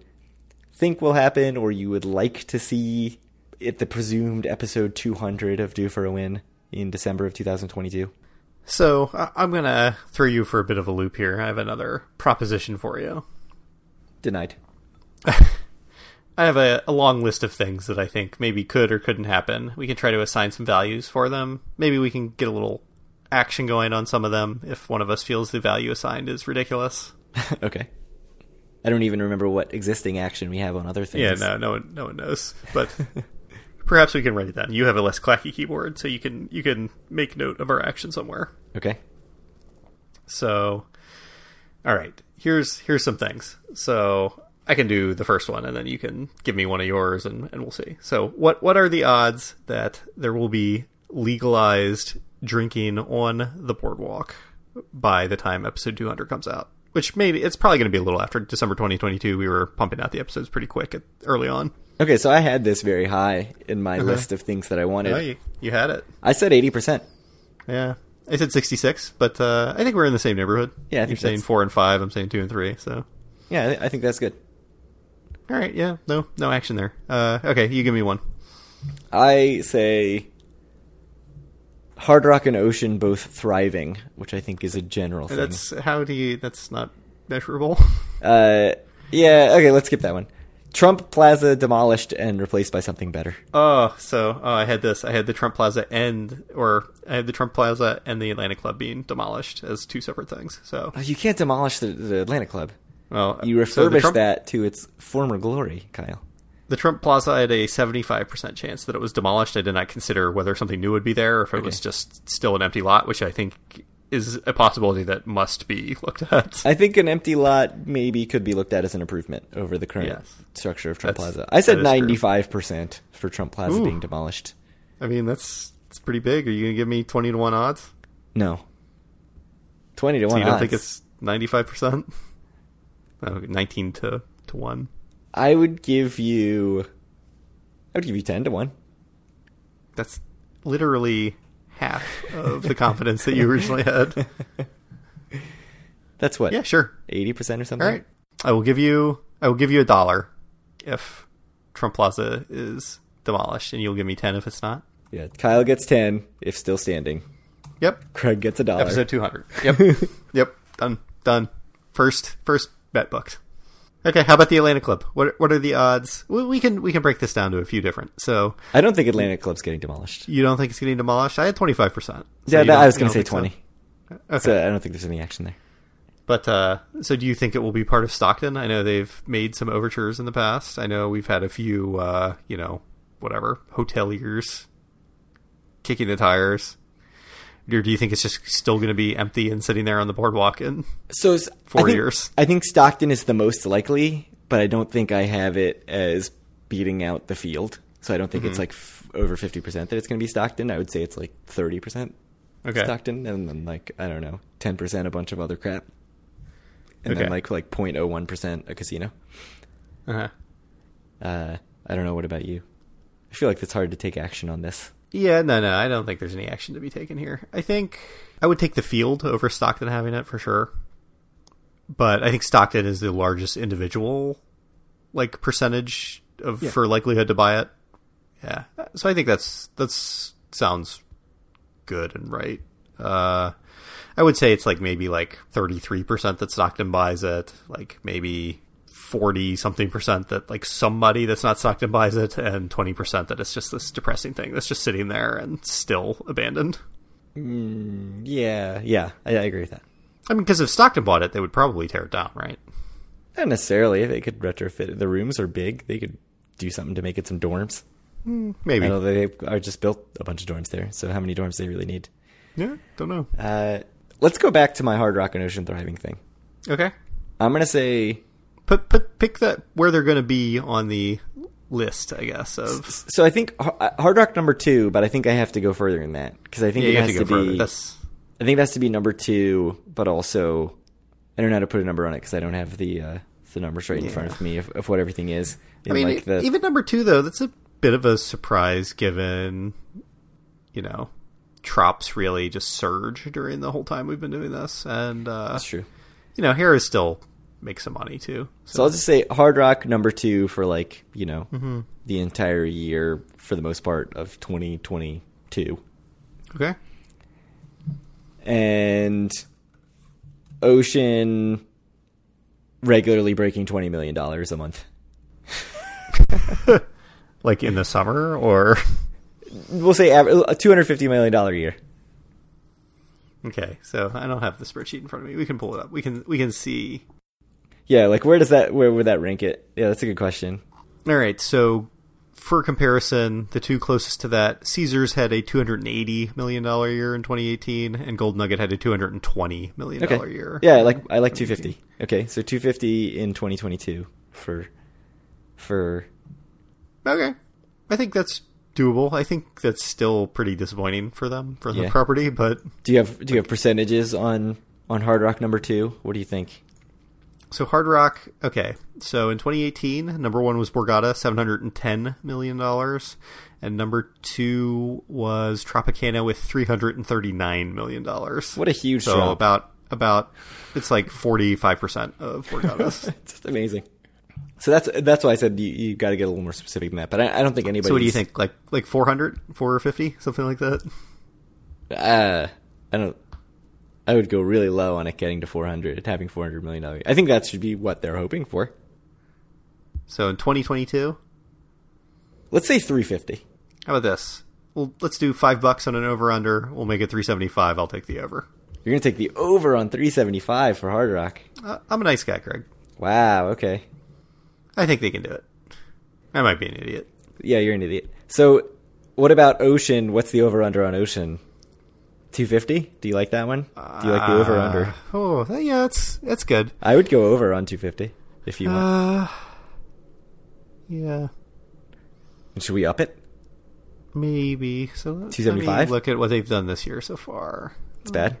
[SPEAKER 4] think will happen or you would like to see at the presumed episode 200 of Do for a Win in December of 2022?
[SPEAKER 3] So I- I'm gonna throw you for a bit of a loop here. I have another proposition for you. <laughs>
[SPEAKER 4] Denied. <laughs>
[SPEAKER 3] I have a, a long list of things that I think maybe could or couldn't happen. We can try to assign some values for them. Maybe we can get a little action going on some of them if one of us feels the value assigned is ridiculous.
[SPEAKER 4] okay. I don't even remember what existing action we have on other things.
[SPEAKER 3] Yeah, no, no one, no one knows. But <laughs> perhaps we can write it down. You have a less clacky keyboard, so you can you can make note of our action somewhere.
[SPEAKER 4] Okay.
[SPEAKER 3] So, all right, here's here's some things. So I can do the first one, and then you can give me one of yours, and, and we'll see. So, what what are the odds that there will be legalized drinking on the boardwalk by the time episode 200 comes out? Which maybe it's probably going to be a little after December 2022. We were pumping out the episodes pretty quick at, early on.
[SPEAKER 4] Okay, so I had this very high in my list of things that I wanted.
[SPEAKER 3] Yeah, you, you had Uh-huh. it.
[SPEAKER 4] I said 80%.
[SPEAKER 3] Yeah, I said 66, but uh, I think we're in the same neighborhood.
[SPEAKER 4] Yeah, I
[SPEAKER 3] you're
[SPEAKER 4] think
[SPEAKER 3] saying
[SPEAKER 4] that's-
[SPEAKER 3] four and five. I'm saying two and three. So,
[SPEAKER 4] Yeah, I, thi- I think that's good.
[SPEAKER 3] all right, yeah, no, no action there. Uh, okay, you give me one.
[SPEAKER 4] I say Hard Rock and Ocean both thriving, which I think is a general thing.
[SPEAKER 3] That's how do you? That's not measurable.
[SPEAKER 4] Uh, yeah, okay, let's skip that one. Trump Plaza demolished and replaced by something better.
[SPEAKER 3] <laughs> Oh, so oh, I had this. I had the Trump Plaza and, or I had the Trump Plaza and the Atlantic Club being demolished as two separate things. So,
[SPEAKER 4] Oh, you can't demolish the, the Atlanta Club.
[SPEAKER 3] well,
[SPEAKER 4] You
[SPEAKER 3] Uh, so the
[SPEAKER 4] refurbish
[SPEAKER 3] Trump,
[SPEAKER 4] that to its former glory, Kyle.
[SPEAKER 3] The Trump Plaza had a seventy-five percent chance that it was demolished. I did not consider whether something new would be there, or if it was just still an empty lot, which I think is a possibility that must be <laughs> looked at.
[SPEAKER 4] I think an empty lot maybe could be looked at as an improvement over the current
[SPEAKER 3] Yes.
[SPEAKER 4] structure of Trump
[SPEAKER 3] That's-
[SPEAKER 4] Plaza. I said
[SPEAKER 3] that is true.
[SPEAKER 4] 95% for Trump Plaza
[SPEAKER 3] Ooh.
[SPEAKER 4] being demolished.
[SPEAKER 3] I mean, that's it's pretty big. Are you gonna give me twenty to one odds?
[SPEAKER 4] No. 20 to
[SPEAKER 3] So
[SPEAKER 4] 1
[SPEAKER 3] you don't
[SPEAKER 4] odds.
[SPEAKER 3] think it's ninety-five percent? <laughs> Oh, 19 to to one.
[SPEAKER 4] I would give you I would give you 10 to 1.
[SPEAKER 3] That's literally half of
[SPEAKER 4] <laughs>
[SPEAKER 3] the confidence that you originally had.
[SPEAKER 4] That's what.
[SPEAKER 3] Yeah, sure.
[SPEAKER 4] 80% or something.
[SPEAKER 3] All right. I will give you I will give you a dollar if Trump Plaza is demolished and you'll give me 10 if it's not.
[SPEAKER 4] Yeah. Kyle gets 10 if still standing.
[SPEAKER 3] Yep.
[SPEAKER 4] Craig gets a dollar. <laughs>
[SPEAKER 3] Episode 200. Yep. yep. Done. Done. First first bet booked. Okay, how about the Atlanta Club? What what are the odds? We, we can we can break this down to a few different. So,
[SPEAKER 4] I don't think Atlantic Club's getting demolished.
[SPEAKER 3] you don't think it's getting demolished? I had 25%. So
[SPEAKER 4] yeah,
[SPEAKER 3] you
[SPEAKER 4] that,
[SPEAKER 3] don't-
[SPEAKER 4] I was
[SPEAKER 3] you
[SPEAKER 4] going
[SPEAKER 3] don't
[SPEAKER 4] to say
[SPEAKER 3] think so?
[SPEAKER 4] 20.
[SPEAKER 3] Okay.
[SPEAKER 4] So I don't think there's any action there.
[SPEAKER 3] But uh, so, do you think it will be part of Stockton? I know they've made some overtures in the past. I know we've had a few, uh, you know, whatever hoteliers kicking the tires. Or do you think it's just still going to be empty and sitting there on the boardwalk? And
[SPEAKER 4] So s-
[SPEAKER 3] Four
[SPEAKER 4] I think,
[SPEAKER 3] years.
[SPEAKER 4] I think Stockton is the most likely, but I don't think I have it as beating out the field. So I don't
[SPEAKER 3] Mm-hmm.
[SPEAKER 4] think it's like f- over fifty percent that it's going to be Stockton. I would say it's like thirty percent
[SPEAKER 3] okay,
[SPEAKER 4] Stockton, and then like I don't know, ten percent a bunch of other crap, and
[SPEAKER 3] Okay.
[SPEAKER 4] then like like 0.01 percent a casino.
[SPEAKER 3] uh-huh.
[SPEAKER 4] Uh, I don't know. What about you? I feel like it's hard to take action on this.
[SPEAKER 3] yeah, no, no, I don't think there's any action to be taken here. I think I would take the field over Stockton having it for sure. But I think Stockton is the largest individual, like percentage of for likelihood to buy it. Yeah. So I think that's that's sounds good and right. Uh I would say it's like maybe like 33% that Stockton buys it, like maybe 40 something percent that like somebody that's not Stockton buys it and 20% that it's just this depressing thing that's just sitting there and still abandoned.
[SPEAKER 4] Yeah, yeah, I, I agree with that.
[SPEAKER 3] I mean, because if Stockton bought it, they would probably tear it down, right?
[SPEAKER 4] Not necessarily. They could retrofit. it. The rooms are big. They could do something to make it some dorms.
[SPEAKER 3] Maybe.
[SPEAKER 4] Hmm. I know they are just built a bunch of dorms there, so how many dorms they really need?
[SPEAKER 3] yeah, don't know.
[SPEAKER 4] Uh, let's go back to my Hard Rock and Ocean thriving thing.
[SPEAKER 3] Okay,
[SPEAKER 4] I'm gonna say
[SPEAKER 3] put put pick that where they're going to be on the list, I guess. Of
[SPEAKER 4] so. I think Har- uh, Hard Rock number two, but I think I have to go further than that because I think
[SPEAKER 3] yeah,
[SPEAKER 4] it
[SPEAKER 3] you have
[SPEAKER 4] has
[SPEAKER 3] to
[SPEAKER 4] to,
[SPEAKER 3] go further.
[SPEAKER 4] be.
[SPEAKER 3] That's
[SPEAKER 4] I think it has to be number two, but also I don't know how to put a number on it because I don't have the uh, the numbers right in front of me of, of what everything is.
[SPEAKER 3] I mean,
[SPEAKER 4] like the,
[SPEAKER 3] even number two though, that's a bit of a surprise given, you know, Trops really just surge during the whole time we've been doing this, and uh,
[SPEAKER 4] that's true.
[SPEAKER 3] you know, Harris still makes some money too. So, Mm-hmm.
[SPEAKER 4] So I'll just say Hard Rock number two for like you know the entire year for the most part of 2022.
[SPEAKER 3] okay,
[SPEAKER 4] and Ocean regularly breaking twenty million dollars a month.
[SPEAKER 3] <laughs> like in the summer or <laughs>
[SPEAKER 4] We'll say aver- uh, two hundred fifty million dollar a year.
[SPEAKER 3] okay. So I don't have the spreadsheet in front of me. We can pull it up. We can we can see
[SPEAKER 4] Yeah, like where does that where would that rank it? Yeah, that's a good question.
[SPEAKER 3] All right, so for comparison, the two closest to that, Caesars had a two hundred and eighty million dollar year in twenty eighteen, and Gold Nugget had a two hundred and twenty million
[SPEAKER 4] Okay.
[SPEAKER 3] dollar year.
[SPEAKER 4] Yeah, I like I like two fifty. Okay, so two fifty in twenty twenty two. for for
[SPEAKER 3] Okay. I think that's doable. I think that's still pretty disappointing for them for the
[SPEAKER 4] Yeah.
[SPEAKER 3] property, but
[SPEAKER 4] do you have do you have percentages on on Hard Rock number 2? What do you think?
[SPEAKER 3] so Hard Rock, okay. So in 2018, number 1 was Borgata, 710 million dollars, and number 2 was Tropicana with 339 million dollars.
[SPEAKER 4] What a huge
[SPEAKER 3] So
[SPEAKER 4] drop.
[SPEAKER 3] about about it's like 45% of
[SPEAKER 4] <laughs>
[SPEAKER 3] Borgata's.
[SPEAKER 4] It's just amazing. So that's that's why I said you you got to get a little more specific than that. But I, I don't think anybody.
[SPEAKER 3] so what do you think? Like like 400, 450, something like that?
[SPEAKER 4] Uh, I don't. I would go really low on it getting to 400, having 400 million dollars. I think that should be what they're hoping for.
[SPEAKER 3] So in 2022,
[SPEAKER 4] Let's say 350.
[SPEAKER 3] How about this? Well, let's do five bucks on an over under. We'll make it three seventy five. I'll take the over.
[SPEAKER 4] You're gonna take the over on 375 for Hard Rock.
[SPEAKER 3] Uh, I'm a nice guy, Craig.
[SPEAKER 4] Wow. Okay.
[SPEAKER 3] I think they can do it. I might be an idiot.
[SPEAKER 4] Yeah, you're an idiot. So, what about Ocean? What's the over under on Ocean? 250. Do you like that one? Do you like the over under?
[SPEAKER 3] Uh, oh, th- yeah, that's that's good.
[SPEAKER 4] I would go over on 250 if you want.
[SPEAKER 3] Uh, yeah,
[SPEAKER 4] Should we up it?
[SPEAKER 3] maybe. So let- let me
[SPEAKER 4] 275?
[SPEAKER 3] Look at what they've done this year so far.
[SPEAKER 4] It's bad.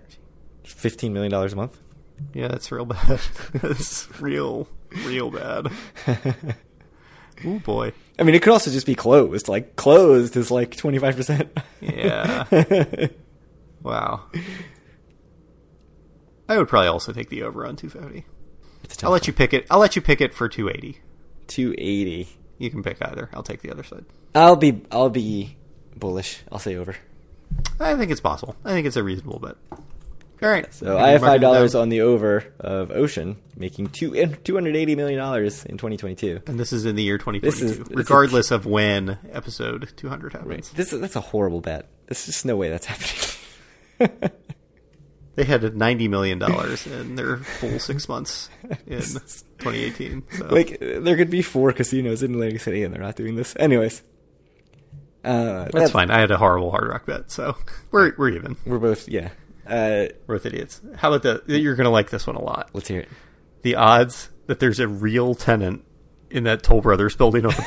[SPEAKER 4] $15 million a month. <laughs>
[SPEAKER 3] Yeah, that's real bad. <laughs> that's real, real bad. oh boy.
[SPEAKER 4] I mean, it could also just be closed. Like, closed is like 25%. <laughs>
[SPEAKER 3] Yeah. Wow.
[SPEAKER 4] wow.
[SPEAKER 3] I would probably also take the over on two fifty.
[SPEAKER 4] It's
[SPEAKER 3] I'll let you pick it. I'll let you pick it for 280.
[SPEAKER 4] 280.
[SPEAKER 3] You can pick either. I'll take the other side.
[SPEAKER 4] I'll be, I'll be bullish. I'll say over.
[SPEAKER 3] I think it's possible. I think it's a reasonable bet. All right.
[SPEAKER 4] So I have five dollars
[SPEAKER 3] Mark it down.
[SPEAKER 4] on the over of Ocean, making two two hundred eighty million dollars in twenty twenty two.
[SPEAKER 3] And this is in the year 2022,
[SPEAKER 4] This is- this is-
[SPEAKER 3] regardless of when episode 200 happens.
[SPEAKER 4] This is, that's a horrible bet. There's just no way that's <laughs> happening.
[SPEAKER 3] They had 90 million dollars in their full six months
[SPEAKER 4] <laughs>
[SPEAKER 3] in 2018. So.
[SPEAKER 4] like there could be four casinos in Atlantic City, and they're not doing this. Anyways, uh,
[SPEAKER 3] that's fine. I had a horrible hard rock bet, so <laughs> we're we're even.
[SPEAKER 4] We're both yeah. Uh,
[SPEAKER 3] We're both idiots. How about that? You're gonna like this one a lot.
[SPEAKER 4] let's hear it.
[SPEAKER 3] The odds that there's a real tenant in that Toll Brothers building on the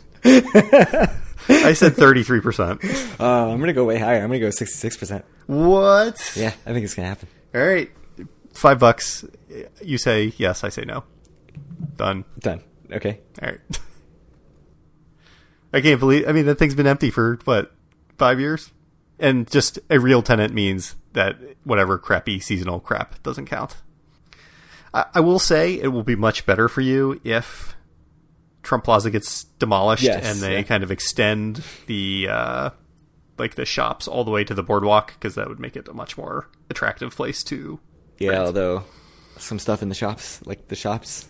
[SPEAKER 4] <laughs>
[SPEAKER 3] boardwalk. I said 33%.
[SPEAKER 4] Uh, I'm gonna go way higher. I'm gonna go sixty six percent.
[SPEAKER 3] What?
[SPEAKER 4] Yeah, I think it's gonna happen.
[SPEAKER 3] All right. Five bucks. You say yes, I say no. Done.
[SPEAKER 4] Done. Okay.
[SPEAKER 3] All right. <laughs> I can't believe. I mean, that thing's been empty for what five years, and just a real tenant means that whatever crappy seasonal crap doesn't count. I, I will say it will be much better for you if Trump Plaza gets demolished
[SPEAKER 4] Yes,
[SPEAKER 3] and they
[SPEAKER 4] yeah.
[SPEAKER 3] kind of extend the uh, like the shops all the way to the boardwalk because that would make it a much more attractive place to
[SPEAKER 4] Yeah, although some stuff in the shops, like the shops,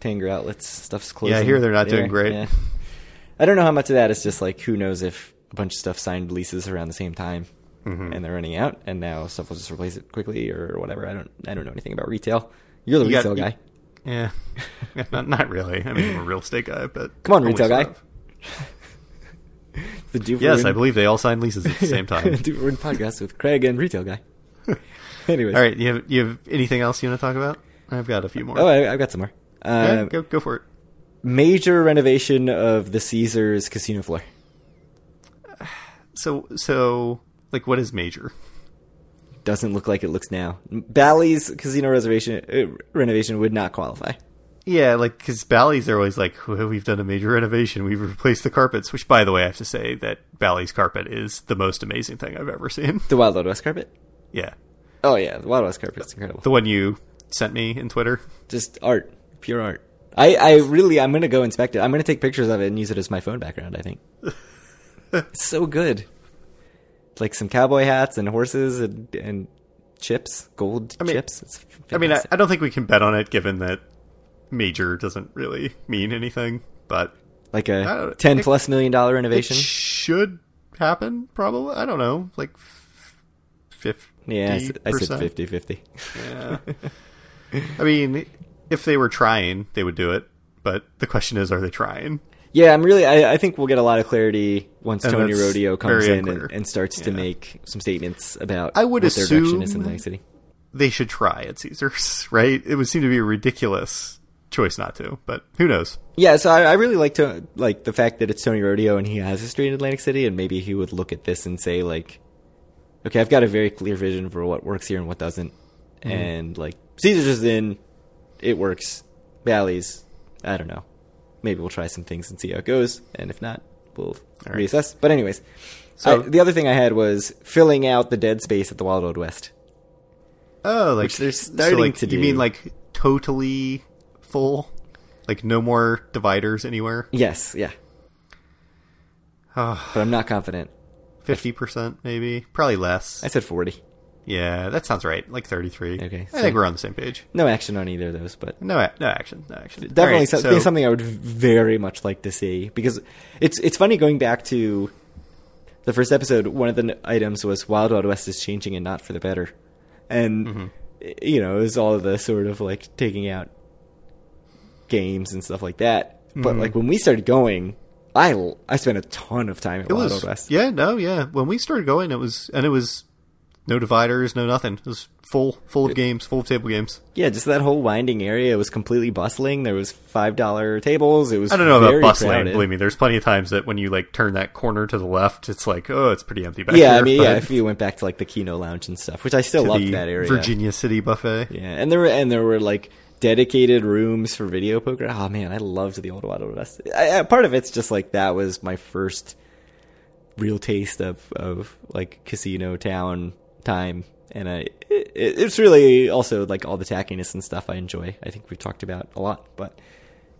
[SPEAKER 4] Tanger outlets, stuff's closing.
[SPEAKER 3] Yeah, I hear they're not doing great.
[SPEAKER 4] I don't know how much of that is just like who knows if a bunch of stuff signed leases around the same time
[SPEAKER 3] Mm-hmm.
[SPEAKER 4] and they're running out, and now stuff will just replace it quickly or whatever. I don't, I don't know anything about retail. You're the
[SPEAKER 3] You got-
[SPEAKER 4] retail
[SPEAKER 3] you-
[SPEAKER 4] guy. <laughs>
[SPEAKER 3] Yeah, not, not really. I mean, I'm a real estate guy, but
[SPEAKER 4] Come on,
[SPEAKER 3] always
[SPEAKER 4] retail guy. <laughs>
[SPEAKER 3] have.
[SPEAKER 4] The Duverin,
[SPEAKER 3] Yes, I
[SPEAKER 4] <laughs>
[SPEAKER 3] believe they all signed leases at the same time.
[SPEAKER 4] Duverin
[SPEAKER 3] <laughs>
[SPEAKER 4] podcast with Craig and retail guy. Anyways,
[SPEAKER 3] all right, you have you have anything else you want to talk about? I've got a few more.
[SPEAKER 4] Oh, I, I've got some more.
[SPEAKER 3] All right,
[SPEAKER 4] Uh,
[SPEAKER 3] go go for it.
[SPEAKER 4] major renovation of the Caesars casino floor.
[SPEAKER 3] So so like, what is major?
[SPEAKER 4] doesn't look like it looks now. Bally's casino reservation uh, renovation would not qualify.
[SPEAKER 3] Yeah, like because Bally's are always like, "Well, we've done a major renovation. We've replaced the carpets. Which, by the way, I have to say that Bally's carpet is the most amazing thing I've ever seen. <laughs>
[SPEAKER 4] The Wild Wild West carpet.
[SPEAKER 3] yeah,
[SPEAKER 4] Oh yeah, the Wild West carpet is incredible.
[SPEAKER 3] the one you sent me in Twitter.
[SPEAKER 4] Just art, pure art. I, I really, I'm gonna go inspect it. I'm gonna take pictures of it and use it as my phone background.
[SPEAKER 3] <laughs>
[SPEAKER 4] I think it's so good. Like some cowboy hats and horses and and chips, gold
[SPEAKER 3] mean-
[SPEAKER 4] chips. It's
[SPEAKER 3] I mean, I,
[SPEAKER 4] fantastic.
[SPEAKER 3] I don't think we can bet on it, given that major doesn't really mean anything. But
[SPEAKER 4] like
[SPEAKER 3] I
[SPEAKER 4] a
[SPEAKER 3] don't-
[SPEAKER 4] ten
[SPEAKER 3] it-
[SPEAKER 4] plus million dollar
[SPEAKER 3] it
[SPEAKER 4] renovation.
[SPEAKER 3] should happen, probably. I don't know, like fifty.
[SPEAKER 4] yeah, I s- I said 50 50.
[SPEAKER 3] Yeah. I mean, if they were trying, they would do it. But the question is, are they trying?
[SPEAKER 4] Yeah, I'm really. I, I think we'll get a lot of clarity once
[SPEAKER 3] And
[SPEAKER 4] Tony
[SPEAKER 3] that's
[SPEAKER 4] Rodeo comes
[SPEAKER 3] very
[SPEAKER 4] in
[SPEAKER 3] unclear.
[SPEAKER 4] and, and starts to
[SPEAKER 3] Yeah.
[SPEAKER 4] make some statements about
[SPEAKER 3] I would
[SPEAKER 4] what their direction is in
[SPEAKER 3] assume-
[SPEAKER 4] Atlantic City.
[SPEAKER 3] <laughs> They should try at Caesars, right? It would seem to be ridiculous choice not to, but who knows?
[SPEAKER 4] Yeah, so I, I really like to like the fact that it's Tony Rodeo and he has history in Atlantic City, and maybe he would look at this and say like, okay, I've got a very clear vision for what works here and what doesn't,
[SPEAKER 3] Mm-hmm.
[SPEAKER 4] and like Caesar's is in, it works. Bally's, I don't know. Maybe we'll try some things and see how it goes, and if not, we'll
[SPEAKER 3] All right.
[SPEAKER 4] reassess. But anyways,
[SPEAKER 3] So-
[SPEAKER 4] so the other thing I had was filling out the dead space at the Wild Old West.
[SPEAKER 3] Oh, like
[SPEAKER 4] Which they're
[SPEAKER 3] so,
[SPEAKER 4] starting
[SPEAKER 3] like,
[SPEAKER 4] to
[SPEAKER 3] You mean
[SPEAKER 4] do.
[SPEAKER 3] like totally full, like no more dividers anywhere? <sighs> Ah.
[SPEAKER 4] Yes, yeah, but I'm not confident.
[SPEAKER 3] Fifty percent, maybe, probably less.
[SPEAKER 4] I said forty.
[SPEAKER 3] Yeah, that sounds right. Like thirty-three.
[SPEAKER 4] Okay,
[SPEAKER 3] I
[SPEAKER 4] so-
[SPEAKER 3] think we're on the same page.
[SPEAKER 4] No action on either of those, but
[SPEAKER 3] No, a- no action, no action.
[SPEAKER 4] definitely
[SPEAKER 3] All
[SPEAKER 4] so-
[SPEAKER 3] right, so-
[SPEAKER 4] something I would very much like to see because it's it's funny going back to the first episode. One of the n- items was Wild Wild West is changing and not for the better, and
[SPEAKER 3] Mm-hmm.
[SPEAKER 4] y- you know it was all of the sort of like taking out games and stuff like that. But
[SPEAKER 3] Mm-hmm.
[SPEAKER 4] like when we started going, I l- I spent a ton of time at
[SPEAKER 3] It
[SPEAKER 4] Wild
[SPEAKER 3] was,
[SPEAKER 4] Wild West.
[SPEAKER 3] yeah, no, yeah. When we started going, it was and it was no dividers, no nothing. It was full, full of games, full of table games.
[SPEAKER 4] Yeah, just that whole winding area was completely bustling. There was five dollar tables. It was
[SPEAKER 3] I don't know about
[SPEAKER 4] very
[SPEAKER 3] bus lane.
[SPEAKER 4] crowded.
[SPEAKER 3] Believe me, there's plenty of times that when you like turn that corner to the left, it's like, oh, it's pretty empty back
[SPEAKER 4] yeah,
[SPEAKER 3] here.
[SPEAKER 4] I mean, yeah,
[SPEAKER 3] but
[SPEAKER 4] if you went back to like the Kino Lounge and stuff, which I still
[SPEAKER 3] to
[SPEAKER 4] loved
[SPEAKER 3] the
[SPEAKER 4] that area.
[SPEAKER 3] Virginia City buffet.
[SPEAKER 4] Yeah, and there were and there were like dedicated rooms for video poker. Oh man, I loved the old Wild West. I, I, part of it's just like that was my first real taste of of like casino town time, and I it, it's really also like all the tackiness and stuff I enjoy. I think we've talked about a lot, but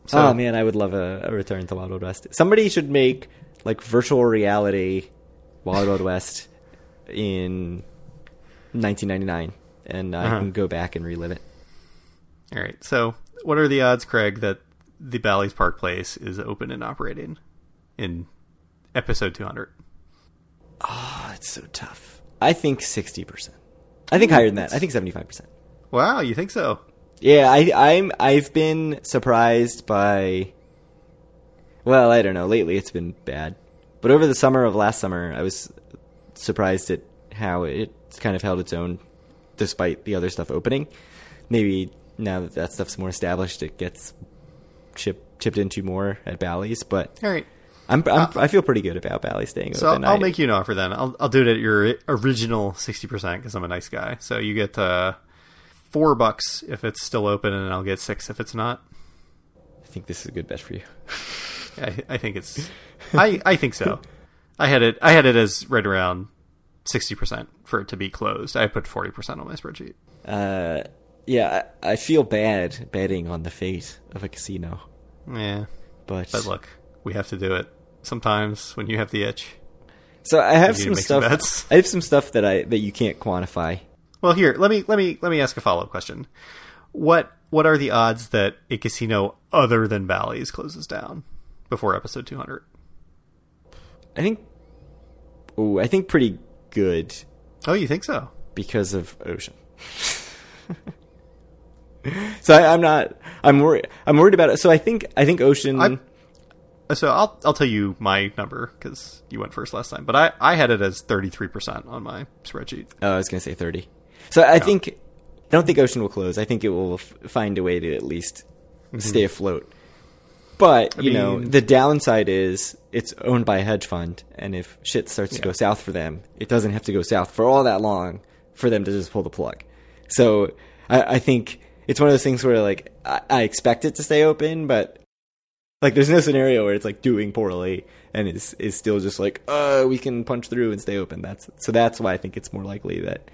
[SPEAKER 3] So-
[SPEAKER 4] oh man, I would love a, a return to Wild Wild West. Somebody should make like virtual reality Wild Wild West in 1999, and I
[SPEAKER 3] Uh-huh.
[SPEAKER 4] can go back and relive it.
[SPEAKER 3] All right. So, what are the odds, Craig, that the Bally's Park Place is open and operating in episode 200?
[SPEAKER 4] Oh, it's so tough. I think 60%. I think higher than that. I think 75%.
[SPEAKER 3] Wow, you think so?
[SPEAKER 4] Yeah, I, I'm. I've been surprised by. Well, I don't know. Lately, it's been bad, but over the summer of last summer, I was surprised at how it kind of held its own, despite the other stuff opening. Maybe now that that stuff's more established, it gets chip, chipped into more at Bally's. But
[SPEAKER 3] All right.
[SPEAKER 4] I'm, I'm
[SPEAKER 3] Uh,
[SPEAKER 4] I feel pretty good about Bally staying
[SPEAKER 3] So
[SPEAKER 4] open.
[SPEAKER 3] I'll, I'll
[SPEAKER 4] I-
[SPEAKER 3] make you an offer then. I'll, I'll do it at your original 60% because I'm a nice guy. So you get uh, four bucks if it's still open, and I'll get six if it's not.
[SPEAKER 4] I think this is a good bet for you. <laughs>
[SPEAKER 3] I, I think it's. I, I think so. I had it. I had it as right around sixty percent for it to be closed. I put forty percent on my spreadsheet.
[SPEAKER 4] Uh, yeah, I, I feel bad betting on the fate of a casino,
[SPEAKER 3] Yeah,
[SPEAKER 4] but
[SPEAKER 3] but look, we have to do it. Sometimes when you have the itch.
[SPEAKER 4] So I have
[SPEAKER 3] You need to
[SPEAKER 4] some
[SPEAKER 3] make some
[SPEAKER 4] stuff.
[SPEAKER 3] bets.
[SPEAKER 4] I have some stuff that I that you can't quantify.
[SPEAKER 3] Well, here let me let me let me ask a follow up question. What what are the odds that a casino other than Bally's closes down before episode two hundred?
[SPEAKER 4] I think. Oh, I think pretty good
[SPEAKER 3] Oh, you think so?
[SPEAKER 4] because of ocean. <laughs> so I, I'm not. I'm worried. I'm worried about it. So I think. I think ocean.
[SPEAKER 3] I- So I'll I'll tell you my number because you went first last time. But I I had it as thirty three percent on my spreadsheet.
[SPEAKER 4] oh, I was gonna say thirty. So I think. I don't think ocean will close. I think it will f- find a way to at least stay afloat. But you know,
[SPEAKER 3] mean-
[SPEAKER 4] the downside is it's owned by a hedge fund, and if shit starts to go south for them, it doesn't have to go south for all that long for them to just pull the plug. So I, I think it's one of those things where like I, I expect it to stay open, but like there's no scenario where it's like doing poorly and is is still just like uh we can punch through and stay open. That's so that's why I think it's more likely that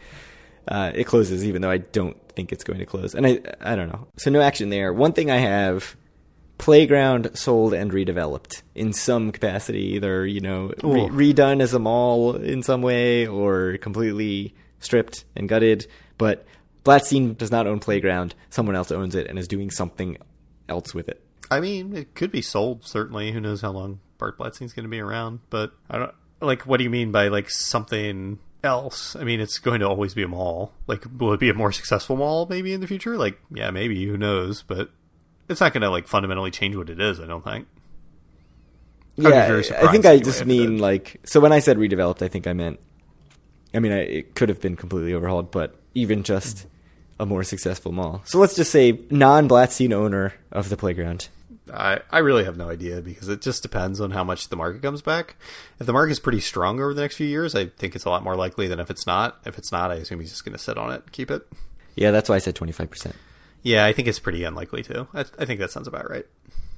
[SPEAKER 4] uh, it closes, even though I don't think it's going to close. And I, I don't know. So no action there. One thing I have: playground sold and redeveloped in some capacity, either you know
[SPEAKER 3] Ooh.
[SPEAKER 4] re- redone as a mall in some way or completely stripped and gutted. But Blatstein does not own playground. Someone else owns it and is doing something else with it.
[SPEAKER 3] I mean, it could be sold. Certainly, who knows how long Bart Blatstein's going to be around? But I don't like. What do you mean by like something else? I mean, it's going to always be a mall. Like, will it be a more successful mall maybe in the future? Like, yeah, maybe. Who knows? But it's not going to like fundamentally change what it is. I don't think. I'd be very
[SPEAKER 4] I
[SPEAKER 3] surprised
[SPEAKER 4] think I
[SPEAKER 3] anyway if
[SPEAKER 4] just
[SPEAKER 3] it
[SPEAKER 4] mean
[SPEAKER 3] did.
[SPEAKER 4] like so. When I said redeveloped, I think I meant. I mean, I, it could have been completely overhauled, but even just a more successful mall. So let's just say non-Blatstein owner of the playground.
[SPEAKER 3] I, I really have no idea because it just depends on how much the market comes back. If the market's pretty strong over the next few years, I think it's a lot more likely than if it's not. If it's not, I assume he's just going to sit on it, keep it.
[SPEAKER 4] Yeah, that's why I said 25%.
[SPEAKER 3] Yeah, I think it's pretty unlikely too. I, I think that sounds about right.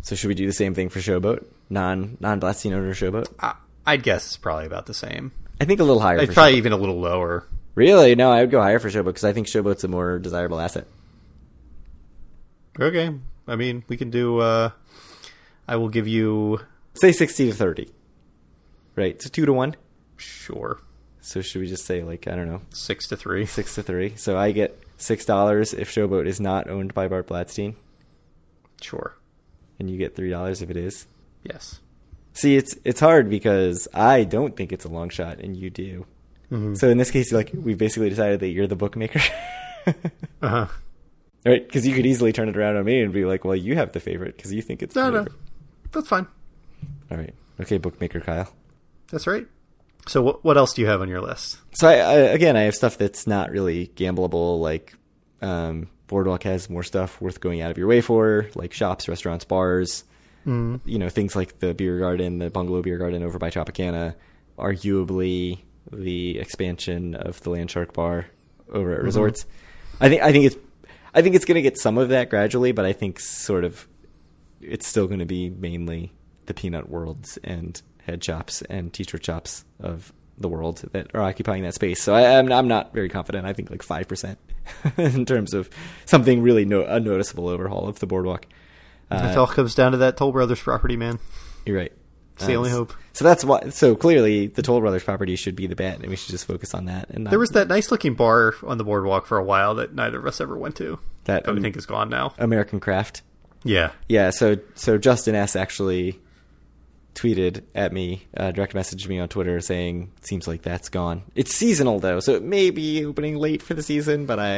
[SPEAKER 4] So should we do the same thing for Showboat? Non non-Blatstein owner Showboat?
[SPEAKER 3] I, I'd guess it's probably about the same.
[SPEAKER 4] I think a little higher.
[SPEAKER 3] It's
[SPEAKER 4] for
[SPEAKER 3] probably
[SPEAKER 4] Showboat.
[SPEAKER 3] even a little lower.
[SPEAKER 4] Really? No, I would go higher for Showboat because I think Showboat's a more desirable asset.
[SPEAKER 3] Okay. I mean, we can do. Uh, I will give you.
[SPEAKER 4] Say 60 to 30. Right. So 2 to 1.
[SPEAKER 3] Sure.
[SPEAKER 4] So should we just say like I don't know,
[SPEAKER 3] Six to three.
[SPEAKER 4] 6 to 3. So I get $6 if Showboat is not owned by Bart Blatstein
[SPEAKER 3] Sure.
[SPEAKER 4] and you get $3 if it is.
[SPEAKER 3] Yes.
[SPEAKER 4] See, it's it's hard because I don't think it's a long shot and you do.
[SPEAKER 3] Hmm.
[SPEAKER 4] So in this case, like we basically decided that you're the bookmaker. <laughs>
[SPEAKER 3] Uh huh.
[SPEAKER 4] Right, because you could easily turn it around on me and be like, "Well, you have the favorite because you think it's
[SPEAKER 3] No,
[SPEAKER 4] the
[SPEAKER 3] no.
[SPEAKER 4] favorite."
[SPEAKER 3] That's fine.
[SPEAKER 4] All right, okay, bookmaker Kyle.
[SPEAKER 3] That's right. So, what, what else do you have on your list?
[SPEAKER 4] So I, I again, I have stuff that's not really gambleable. Like, um, Boardwalk has more stuff worth going out of your way for, like shops, restaurants, bars.
[SPEAKER 3] Mm.
[SPEAKER 4] You know, things like the beer garden, the bungalow beer garden over by Tropicana, arguably the expansion of the Landshark Bar over at Resorts. I think I think it's I think it's going to get some of that gradually, but I think sort of it's still going to be mainly the peanut worlds and head shops and teacher shops of the world that are occupying that space. So I, I'm, I'm not very confident. I think like five percent <laughs> in terms of something really no, a noticeable overhaul of the boardwalk. Uh,
[SPEAKER 3] it all comes down to that Toll Brothers property, man.
[SPEAKER 4] you're right.
[SPEAKER 3] It's the only hope.
[SPEAKER 4] So that's why. So clearly, the Toll Brothers property should be the bet, and we should just focus on that. And not,
[SPEAKER 3] There was that nice looking bar on the boardwalk for a while that neither of us ever went to.
[SPEAKER 4] That-
[SPEAKER 3] I think is gone now.
[SPEAKER 4] American Craft.
[SPEAKER 3] Yeah.
[SPEAKER 4] Yeah, so so Justin S actually tweeted at me, uh, direct messaged me on Twitter saying, "Seems like that's gone. It's seasonal though, so it may be opening late for the season, but I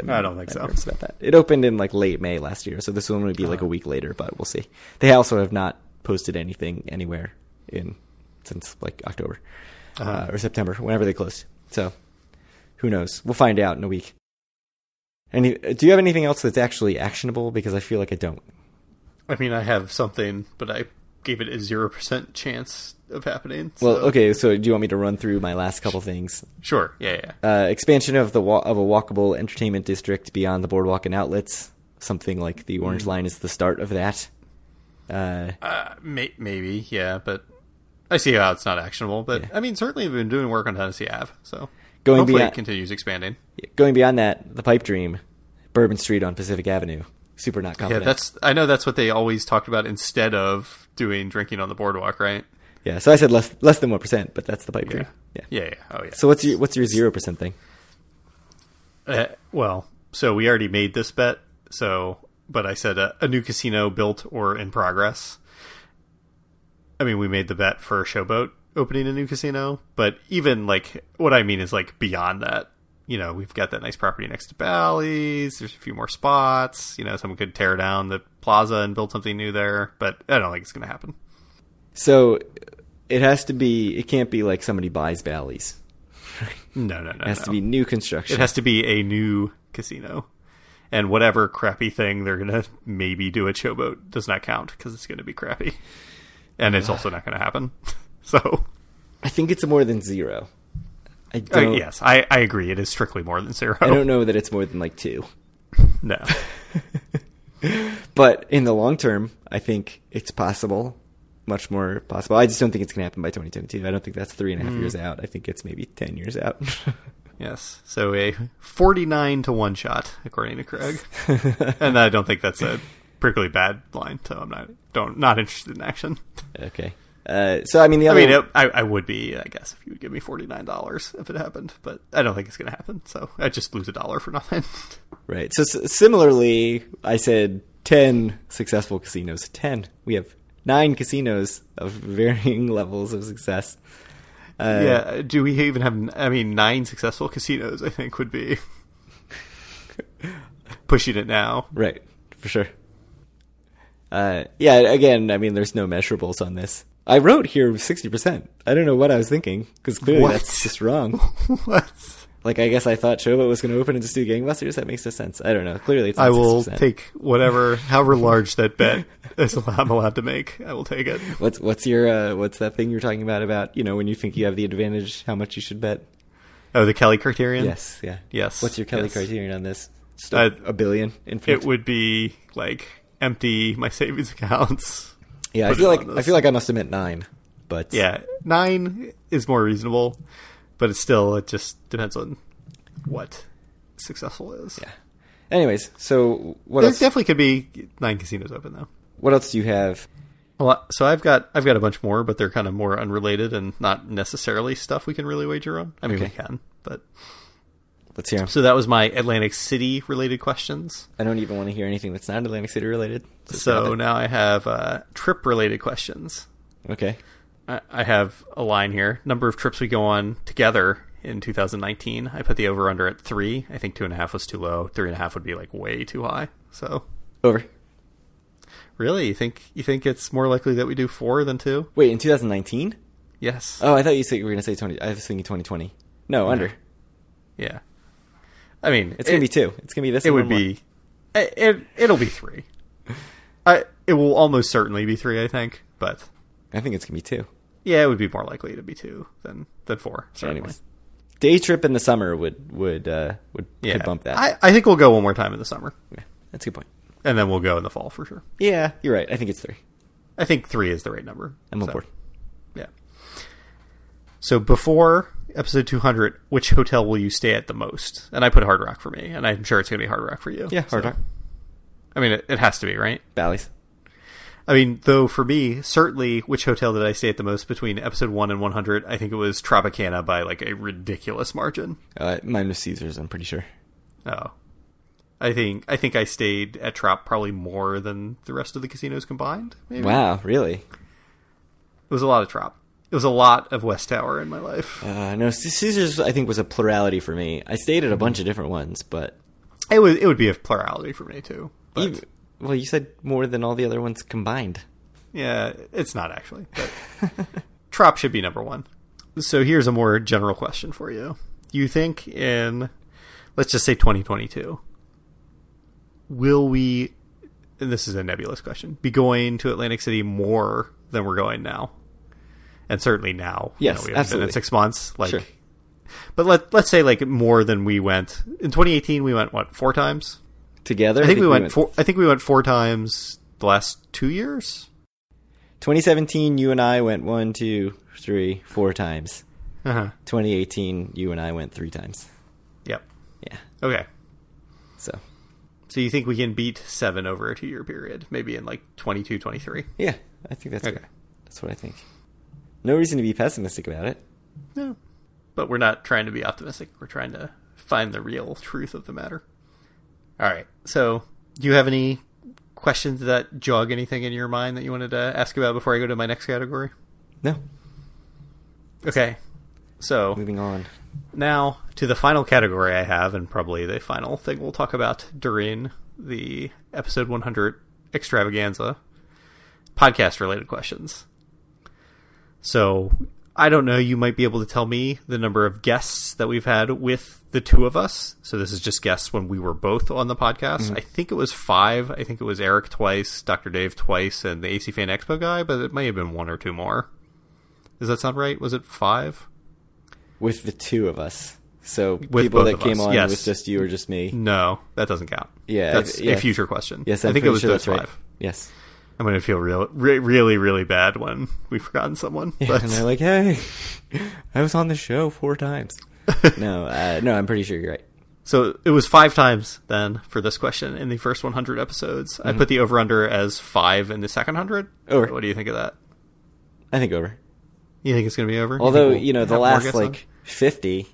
[SPEAKER 4] am
[SPEAKER 3] I don't think so.
[SPEAKER 4] nervous about that. It opened in like late May last year, so this one would be
[SPEAKER 3] Uh-huh.
[SPEAKER 4] like a week later, but we'll see. They also have not posted anything anywhere in since like October uh
[SPEAKER 3] Uh-huh.
[SPEAKER 4] or September, whenever they closed. So who knows? We'll find out in a week. Any, do you have anything else that's actually actionable? Because I feel like I don't.
[SPEAKER 3] I mean, I have something, but I gave it a 0% chance of happening.
[SPEAKER 4] Well,
[SPEAKER 3] so-
[SPEAKER 4] okay. So, do you want me to run through my last couple things?
[SPEAKER 3] Sure. Yeah, yeah.
[SPEAKER 4] Uh, expansion of the wa- of a walkable entertainment district beyond the boardwalk and outlets. Something like the Orange Line is the start of that. Uh,
[SPEAKER 3] Uh, may- maybe, yeah, but I see how it's not actionable. But I mean, certainly we've been doing work on Tennessee Ave, so
[SPEAKER 4] Going
[SPEAKER 3] hopefully
[SPEAKER 4] beyond-
[SPEAKER 3] it continues expanding.
[SPEAKER 4] going beyond that, the Pipe Dream, Bourbon Street on Pacific Avenue. Super not
[SPEAKER 3] Yeah,
[SPEAKER 4] confident.
[SPEAKER 3] that's I know that's what they always talked about instead of doing drinking on the boardwalk, right?
[SPEAKER 4] yeah. So I said less less than one percent, but that's the Pipe Dream. Yeah.
[SPEAKER 3] Yeah. yeah. Oh yeah.
[SPEAKER 4] So what's your what's your zero percent thing?
[SPEAKER 3] uh, well, so we already made this bet. So, but I said a, a new casino built or in progress. I mean, we made the bet for Showboat opening a new casino, but even like what I mean is like beyond that. You know, we've got that nice property next to Bally's. There's a few more spots. You know, someone could tear down the plaza and build something new there, but I don't think it's going to happen.
[SPEAKER 4] So it has to be. It can't be like somebody buys Bally's.
[SPEAKER 3] No, no, no.
[SPEAKER 4] It has to be new construction.
[SPEAKER 3] It has to be a new casino. And whatever crappy thing they're going to maybe do at Showboat does not count because it's going to be crappy. And it's also not going to happen. <laughs> So,
[SPEAKER 4] I think it's more than zero. I
[SPEAKER 3] uh,
[SPEAKER 4] don't.
[SPEAKER 3] yes, I, I agree. It is strictly more than zero.
[SPEAKER 4] I don't know that it's more than like two.
[SPEAKER 3] <laughs>
[SPEAKER 4] <laughs>
[SPEAKER 3] No.
[SPEAKER 4] But in the long term, I think it's possible, much more possible. I just don't think it's going to happen by 2022. I don't think that's three and a
[SPEAKER 3] Mm.
[SPEAKER 4] half years out. I think it's maybe 10 years out.
[SPEAKER 3] Yes. So, a 49 to 1 shot, according to Craig. <laughs> and I don't think that's a particularly bad line. So, I'm not don't not interested in action.
[SPEAKER 4] <laughs>
[SPEAKER 3] <laughs>
[SPEAKER 4] okay. Uh, so, I mean, the
[SPEAKER 3] I
[SPEAKER 4] other.
[SPEAKER 3] mean, it, I, I would be, I guess, if you would give me $49 if it happened. But I don't think it's going to happen. So, I just lose a dollar for <laughs> nothing.
[SPEAKER 4] right. So, s- similarly, I said 10 successful casinos. 10. We have nine casinos of <laughs> varying levels of success. Uh,
[SPEAKER 3] yeah, do we even have? I mean, nine successful casinos. I think would be <laughs> pushing it now.
[SPEAKER 4] <laughs> Right, for sure. Uh, yeah, again, I mean, there's no measurables on this. I wrote here 60%. I don't know what I was thinking, because clearly
[SPEAKER 3] What?
[SPEAKER 4] that's just wrong.
[SPEAKER 3] <laughs>
[SPEAKER 4] <laughs>
[SPEAKER 3] what?
[SPEAKER 4] like I guess I thought Chobot was going to open and just do gangbusters. That makes no sense. I don't know. Clearly, it's not
[SPEAKER 3] I will
[SPEAKER 4] 6%.
[SPEAKER 3] take
[SPEAKER 4] <laughs>
[SPEAKER 3] whatever, however large that bet is al- I'm allowed to make. I will take it.
[SPEAKER 4] What's what's your uh, what's that thing you're talking about about you know when you think you have the advantage, how much you should bet?
[SPEAKER 3] Oh, the Kelly criterion.
[SPEAKER 4] Yes, yeah,
[SPEAKER 3] Yes,
[SPEAKER 4] What's your Kelly
[SPEAKER 3] yes.
[SPEAKER 4] criterion on this? Just
[SPEAKER 3] Uh,
[SPEAKER 4] a billion. Infinite.
[SPEAKER 3] It would be like empty my savings <laughs> accounts.
[SPEAKER 4] Yeah, I
[SPEAKER 3] put
[SPEAKER 4] feel
[SPEAKER 3] it
[SPEAKER 4] like
[SPEAKER 3] on
[SPEAKER 4] I
[SPEAKER 3] this.
[SPEAKER 4] feel like I must have meant nine, but
[SPEAKER 3] Yeah, nine is more reasonable, but it's still it just depends on what successful is.
[SPEAKER 4] yeah. Anyways, so what
[SPEAKER 3] there
[SPEAKER 4] else?
[SPEAKER 3] definitely could be nine casinos open though.
[SPEAKER 4] what else do you have?
[SPEAKER 3] Well, so I've got I've got a bunch more, but they're kind of more unrelated and not necessarily stuff we can really wager on. I mean, we
[SPEAKER 4] Okay.
[SPEAKER 3] can, but
[SPEAKER 4] Let's hear 'em.
[SPEAKER 3] so that was my Atlantic City related questions.
[SPEAKER 4] I don't even want to hear anything that's not Atlantic City related.
[SPEAKER 3] So
[SPEAKER 4] no.
[SPEAKER 3] now I have uh, trip related questions.
[SPEAKER 4] okay,
[SPEAKER 3] I I have a line here. Number of trips we go on together in 2019. I put the over under at three. I think two and a half was too low. Three and a half would be like way too high. So
[SPEAKER 4] over.
[SPEAKER 3] really, you think you think it's more likely that we do four than two?
[SPEAKER 4] Wait, in 2019?
[SPEAKER 3] Yes.
[SPEAKER 4] Oh, I thought you said you were going to say 20. I was thinking 2020. No, under.
[SPEAKER 3] Yeah. I mean,
[SPEAKER 4] It's going
[SPEAKER 3] it-
[SPEAKER 4] to be two. It's going to be this.
[SPEAKER 3] It
[SPEAKER 4] and
[SPEAKER 3] would
[SPEAKER 4] one more.
[SPEAKER 3] be. It, it it'll be three. I it will almost certainly be three. I think, but
[SPEAKER 4] I think it's going to be two.
[SPEAKER 3] yeah, it would be more likely to be two than than four. Certainly.
[SPEAKER 4] Anyways, day trip in the summer would would uh, would
[SPEAKER 3] yeah,
[SPEAKER 4] could bump that.
[SPEAKER 3] I I think we'll go one more time in the summer,
[SPEAKER 4] Yeah, that's a good point.
[SPEAKER 3] and then we'll go in the fall for sure.
[SPEAKER 4] Yeah, you're right. I think it's three.
[SPEAKER 3] I think three is the right number.
[SPEAKER 4] I'm on
[SPEAKER 3] So,
[SPEAKER 4] board.
[SPEAKER 3] Yeah. So before episode 200, which hotel will you stay at the most? And I put Hard Rock for me, and I'm sure it's going to be Hard Rock for you.
[SPEAKER 4] Yeah, hard
[SPEAKER 3] So-
[SPEAKER 4] rock.
[SPEAKER 3] I mean, it, it has to be right.
[SPEAKER 4] Bally's.
[SPEAKER 3] I mean, though for me, certainly, which hotel did I stay at the most between episode one and 100? I think it was Tropicana by like a ridiculous margin.
[SPEAKER 4] Uh, mine was Caesars. I'm pretty sure.
[SPEAKER 3] Oh, I think I think I stayed at Trop probably more than the rest of the casinos combined. Maybe
[SPEAKER 4] Wow, really?
[SPEAKER 3] it was a lot of Trop. It was a lot of West Tower in my life.
[SPEAKER 4] Uh, no, C- Caesars. I think was a plurality for me. I stayed at a bunch of different ones, but,
[SPEAKER 3] It would it would be a plurality for me too. But
[SPEAKER 4] ev- well, you said more than all the other ones <laughs> combined.
[SPEAKER 3] yeah, it's not actually. But Trop should be number one. So here's a more general question for you. You think in, let's just say 2022, will we, and this is a nebulous question, be going to Atlantic City more than we're going now? And certainly now. you
[SPEAKER 4] Yes,
[SPEAKER 3] know, we haven't Been
[SPEAKER 4] absolutely.
[SPEAKER 3] in six months. Like,
[SPEAKER 4] Sure.
[SPEAKER 3] But let, let's say like more than we went. In 2018, we went, what, four times?
[SPEAKER 4] Together,
[SPEAKER 3] I think we went four, I think we went four times the last two years.
[SPEAKER 4] 2017, you and I went one, two, three, four times.
[SPEAKER 3] Uh-huh.
[SPEAKER 4] 2018, you and I went three times.
[SPEAKER 3] Yep.
[SPEAKER 4] Yeah.
[SPEAKER 3] Okay.
[SPEAKER 4] So,
[SPEAKER 3] So you think we can beat seven over a two year period, maybe in like 22, 23?
[SPEAKER 4] yeah, I think that's
[SPEAKER 3] Okay.
[SPEAKER 4] good. That's what I think. No reason to be pessimistic about it.
[SPEAKER 3] No. But we're not trying to be optimistic. We're trying to find the real truth of the matter. All right. So do you have any questions that jog anything in your mind that you wanted to ask about before I go to my next category?
[SPEAKER 4] No,
[SPEAKER 3] Okay. So
[SPEAKER 4] moving on.
[SPEAKER 3] Now to the final category I have, and probably the final thing we'll talk about during the episode 100 extravaganza podcast related questions. So I don't know. You might be able to tell me the number of guests that we've had with the two of us. So this is just guests when we were both on the podcast. I think it was five. I think it was Eric twice, Dr. Dave twice, and the AC Fan Expo guy, but it may have been one or two more. Does that sound right? Was it five?
[SPEAKER 4] With the two of us. So,
[SPEAKER 3] With
[SPEAKER 4] people
[SPEAKER 3] both
[SPEAKER 4] that
[SPEAKER 3] of
[SPEAKER 4] came
[SPEAKER 3] us,
[SPEAKER 4] on
[SPEAKER 3] yes.
[SPEAKER 4] with just you or just me.
[SPEAKER 3] No, that doesn't count.
[SPEAKER 4] Yeah,
[SPEAKER 3] that's
[SPEAKER 4] I- yeah.
[SPEAKER 3] a future question.
[SPEAKER 4] Yes,
[SPEAKER 3] i
[SPEAKER 4] I'm
[SPEAKER 3] think it
[SPEAKER 4] pretty
[SPEAKER 3] was
[SPEAKER 4] sure
[SPEAKER 3] those
[SPEAKER 4] that's right.
[SPEAKER 3] five. <laughs>
[SPEAKER 4] Yes.
[SPEAKER 3] I'm gonna feel real, re- really, really bad when we've forgotten someone. but
[SPEAKER 4] And
[SPEAKER 3] <laughs>
[SPEAKER 4] they're like, hey, <laughs> I was on the show four times. no, uh, no, I'm pretty sure you're right.
[SPEAKER 3] so it was five times then for this question in the first 100 episodes. I put the over under as five in the second hundred.
[SPEAKER 4] Mm-hmm. Over.
[SPEAKER 3] What do you think of that?
[SPEAKER 4] I think over.
[SPEAKER 3] You think it's gonna be over? You
[SPEAKER 4] Although,
[SPEAKER 3] think we'll
[SPEAKER 4] you know, the
[SPEAKER 3] have more
[SPEAKER 4] last
[SPEAKER 3] guests on?
[SPEAKER 4] like 50,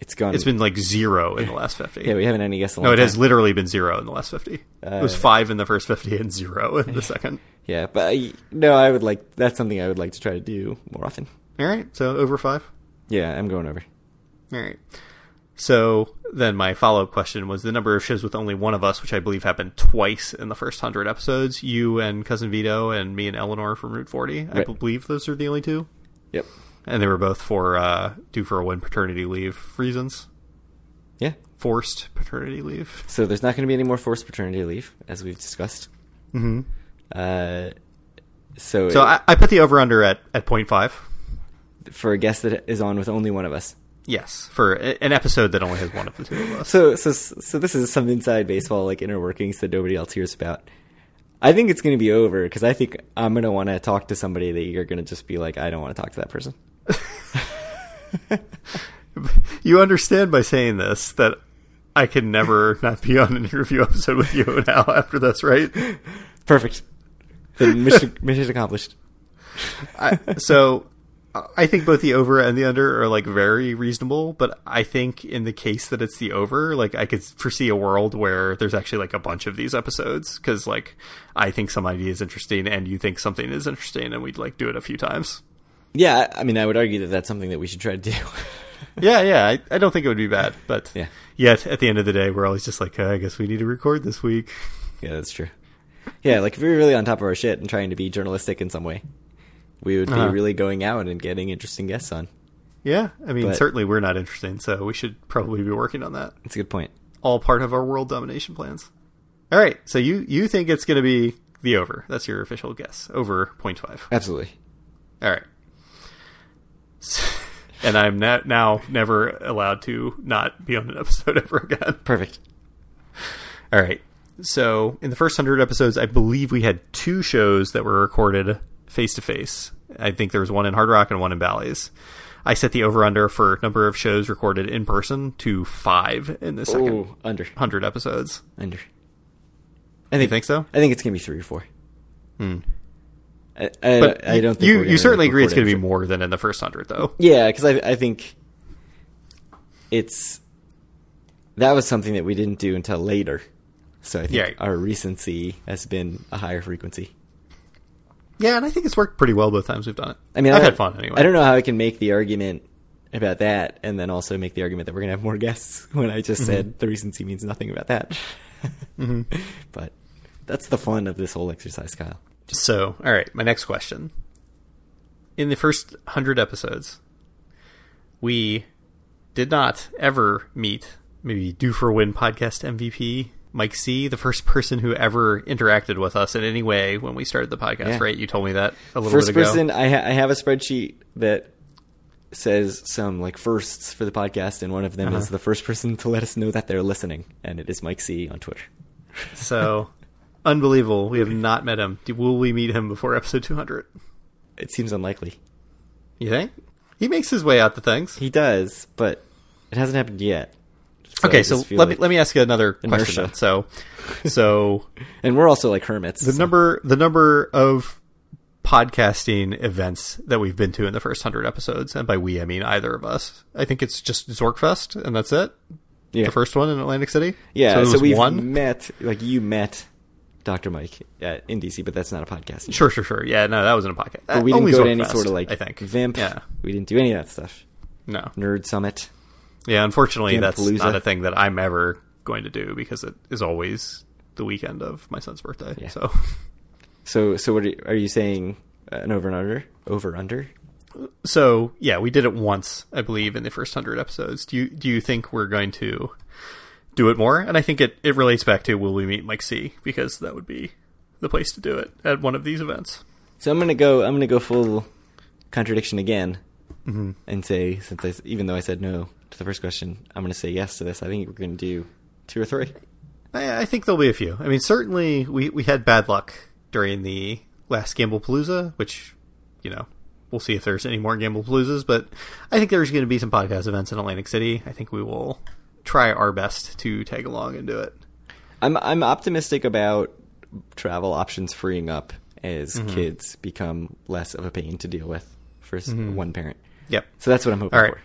[SPEAKER 4] it's gone.
[SPEAKER 3] it's been like zero in the last 50.
[SPEAKER 4] <laughs> Yeah, we haven't had any guests in a
[SPEAKER 3] no,
[SPEAKER 4] long
[SPEAKER 3] it has
[SPEAKER 4] time.
[SPEAKER 3] literally been zero in the last 50. it was
[SPEAKER 4] Uh,
[SPEAKER 3] five in the first 50 and zero
[SPEAKER 4] <laughs>
[SPEAKER 3] in the second.
[SPEAKER 4] Yeah, but I, no, I would like that's something I would like to try to do more often.
[SPEAKER 3] All right, so over five.
[SPEAKER 4] Yeah, I'm going over.
[SPEAKER 3] All right. So then my follow up question was the number of shows with only one of us, which I believe happened twice in the first hundred episodes. You and cousin Vito and me and Eleanor from Route Forty. I
[SPEAKER 4] Right.
[SPEAKER 3] believe those are the only two,
[SPEAKER 4] Yep.
[SPEAKER 3] and they were both for uh, due for a win paternity leave reasons.
[SPEAKER 4] Yeah.
[SPEAKER 3] forced paternity leave.
[SPEAKER 4] So there's not going to be any more forced paternity leave, as we've discussed.
[SPEAKER 3] hmm
[SPEAKER 4] Mm-hmm. Uh, so
[SPEAKER 3] So
[SPEAKER 4] it-
[SPEAKER 3] I, I put the over under at at point five.
[SPEAKER 4] for a guest that is on with only one of us.
[SPEAKER 3] Yes, for a- an episode that only has one of the two of us.
[SPEAKER 4] So so so this is some inside baseball like inner workings that nobody else hears about. I think it's going to be over because I think I'm going to want to talk to somebody that you're going to just be like, I don't want to talk to that person. <laughs>
[SPEAKER 3] <laughs> you understand by saying this that I can never not be on an interview episode with you now after this, right?
[SPEAKER 4] Perfect.
[SPEAKER 3] <laughs>
[SPEAKER 4] The mission, mission accomplished.
[SPEAKER 3] I, so I think both the over and the under are like very reasonable, but I think in the case that it's the over, like I could foresee a world where there's actually like a bunch of these episodes because like I think some idea is interesting and you think something is interesting and we'd like do it a few times.
[SPEAKER 4] <laughs> Yeah, I I mean, I would argue that that's something that we should try to do.
[SPEAKER 3] Yeah, yeah, I, I don't think it would be bad, but
[SPEAKER 4] Yeah.
[SPEAKER 3] yet at the end of the day, we're always just like, uh, I guess we need to record this week.
[SPEAKER 4] yeah, that's true. Yeah, like if we were really on top of our shit and trying to be journalistic in some way, we would be
[SPEAKER 3] Uh-huh.
[SPEAKER 4] really going out and getting interesting guests on.
[SPEAKER 3] Yeah, I mean,
[SPEAKER 4] But-
[SPEAKER 3] certainly we're not interesting, so we should probably be working on that.
[SPEAKER 4] That's a good point.
[SPEAKER 3] All part of our world domination plans. All right, so you you think it's going to be the over? That's your official guess. Over 0.5.
[SPEAKER 4] Absolutely.
[SPEAKER 3] All right. <laughs> And I'm na- now never allowed to not be on an episode <laughs> ever again.
[SPEAKER 4] Perfect.
[SPEAKER 3] All right. So in the first hundred episodes, I believe we had two shows that were recorded face to face. I think there was one in Hard Rock and one in Bally's. I set the over under for number of shows recorded in person to five in the second
[SPEAKER 4] Ooh, under.
[SPEAKER 3] hundred episodes.
[SPEAKER 4] Under. I
[SPEAKER 3] You
[SPEAKER 4] think,
[SPEAKER 3] think so?
[SPEAKER 4] I think it's gonna be three or four.
[SPEAKER 3] Hmm.
[SPEAKER 4] I, I,
[SPEAKER 3] But
[SPEAKER 4] Uh, I don't. Think
[SPEAKER 3] you
[SPEAKER 4] we're
[SPEAKER 3] you
[SPEAKER 4] gonna
[SPEAKER 3] certainly agree it's
[SPEAKER 4] record
[SPEAKER 3] going to be
[SPEAKER 4] every-
[SPEAKER 3] more than in the first hundred though.
[SPEAKER 4] Yeah, because I I think it's that was something that we didn't do until later. So I think
[SPEAKER 3] Yeah.
[SPEAKER 4] our recency has been a higher frequency.
[SPEAKER 3] Yeah, and I think it's worked pretty well both times we've done it.
[SPEAKER 4] I mean,
[SPEAKER 3] I've
[SPEAKER 4] I-
[SPEAKER 3] had fun anyway.
[SPEAKER 4] I don't know how I can make the argument about that, and then also make the argument that we're gonna have more guests <laughs> when I just
[SPEAKER 3] Mm-hmm.
[SPEAKER 4] said the recency means nothing about that. <laughs>
[SPEAKER 3] Mhm.
[SPEAKER 4] But that's the fun of this whole exercise, Kyle.
[SPEAKER 3] So, all right, my next question. In the first 100 episodes, we did not ever meet maybe Do for a Win podcast MVP Mike C, the first person who ever interacted with us in any way when we started the podcast,
[SPEAKER 4] Yeah.
[SPEAKER 3] right? You told me that a little
[SPEAKER 4] first
[SPEAKER 3] bit ago.
[SPEAKER 4] person I, ha- I have a spreadsheet that says some like firsts for the podcast and one of them is
[SPEAKER 3] Uh-huh.
[SPEAKER 4] the first person to let us know that they're listening and it is mike c on twitter
[SPEAKER 3] So, unbelievable. We have not met him. Do- Will we meet him before episode 200?
[SPEAKER 4] <laughs> it seems unlikely
[SPEAKER 3] You think? He makes his way out to things.
[SPEAKER 4] he does but it hasn't happened yet So I
[SPEAKER 3] okay,
[SPEAKER 4] just
[SPEAKER 3] so
[SPEAKER 4] feel
[SPEAKER 3] let me
[SPEAKER 4] like-
[SPEAKER 3] let me ask you another question.
[SPEAKER 4] Inertia.
[SPEAKER 3] then. So, so
[SPEAKER 4] and we're also like hermits
[SPEAKER 3] the
[SPEAKER 4] so-
[SPEAKER 3] number the number of podcasting events that we've been to in the first 100 episodes and by we i mean either of us i think it's just zorkfest and that's it
[SPEAKER 4] yeah
[SPEAKER 3] the first one in atlantic city
[SPEAKER 4] yeah
[SPEAKER 3] so,
[SPEAKER 4] so,
[SPEAKER 3] it was
[SPEAKER 4] we've
[SPEAKER 3] one
[SPEAKER 4] met like you met dr mike at, in dc but that's not a podcast
[SPEAKER 3] sure sure sure yeah no that wasn't a podcast
[SPEAKER 4] but we
[SPEAKER 3] Uh,
[SPEAKER 4] didn't
[SPEAKER 3] only
[SPEAKER 4] go to any
[SPEAKER 3] Zorkfest,
[SPEAKER 4] sort of like
[SPEAKER 3] i think
[SPEAKER 4] vamp
[SPEAKER 3] yeah
[SPEAKER 4] we didn't do any of that stuff
[SPEAKER 3] no
[SPEAKER 4] nerd summit
[SPEAKER 3] yeah unfortunately that's
[SPEAKER 4] Vampalooza.
[SPEAKER 3] not a thing that i'm ever going to do because it is always the weekend of my son's birthday
[SPEAKER 4] Yeah.
[SPEAKER 3] so
[SPEAKER 4] So, so what are you, are you saying? uh, An over and under? Over under?
[SPEAKER 3] so yeah, we did it once, I believe, in the first hundred episodes. Do you do you think we're going to do it more? And I think it, it relates back to will we meet Mike C because that would be the place to do it at one of these events.
[SPEAKER 4] So I'm gonna go. I'm gonna go full contradiction again and say, since I, s- even though I said no to the first question, I'm gonna say yes to this. I think we're gonna do two or three.
[SPEAKER 3] I, I think there'll be a few. I mean, certainly we we had bad luck during the last Gamble Palooza, which you know we'll see if there's any more Gamble Paloozas. But I think there's going to be some podcast events in Atlantic City. I think we will try our best to tag along and do it.
[SPEAKER 4] I'm I'm optimistic about travel options freeing up as
[SPEAKER 3] Mm-hmm.
[SPEAKER 4] kids become less of a pain to deal with for s one parent.
[SPEAKER 3] Yep.
[SPEAKER 4] So that's what I'm hoping
[SPEAKER 3] Mm-hmm. All right.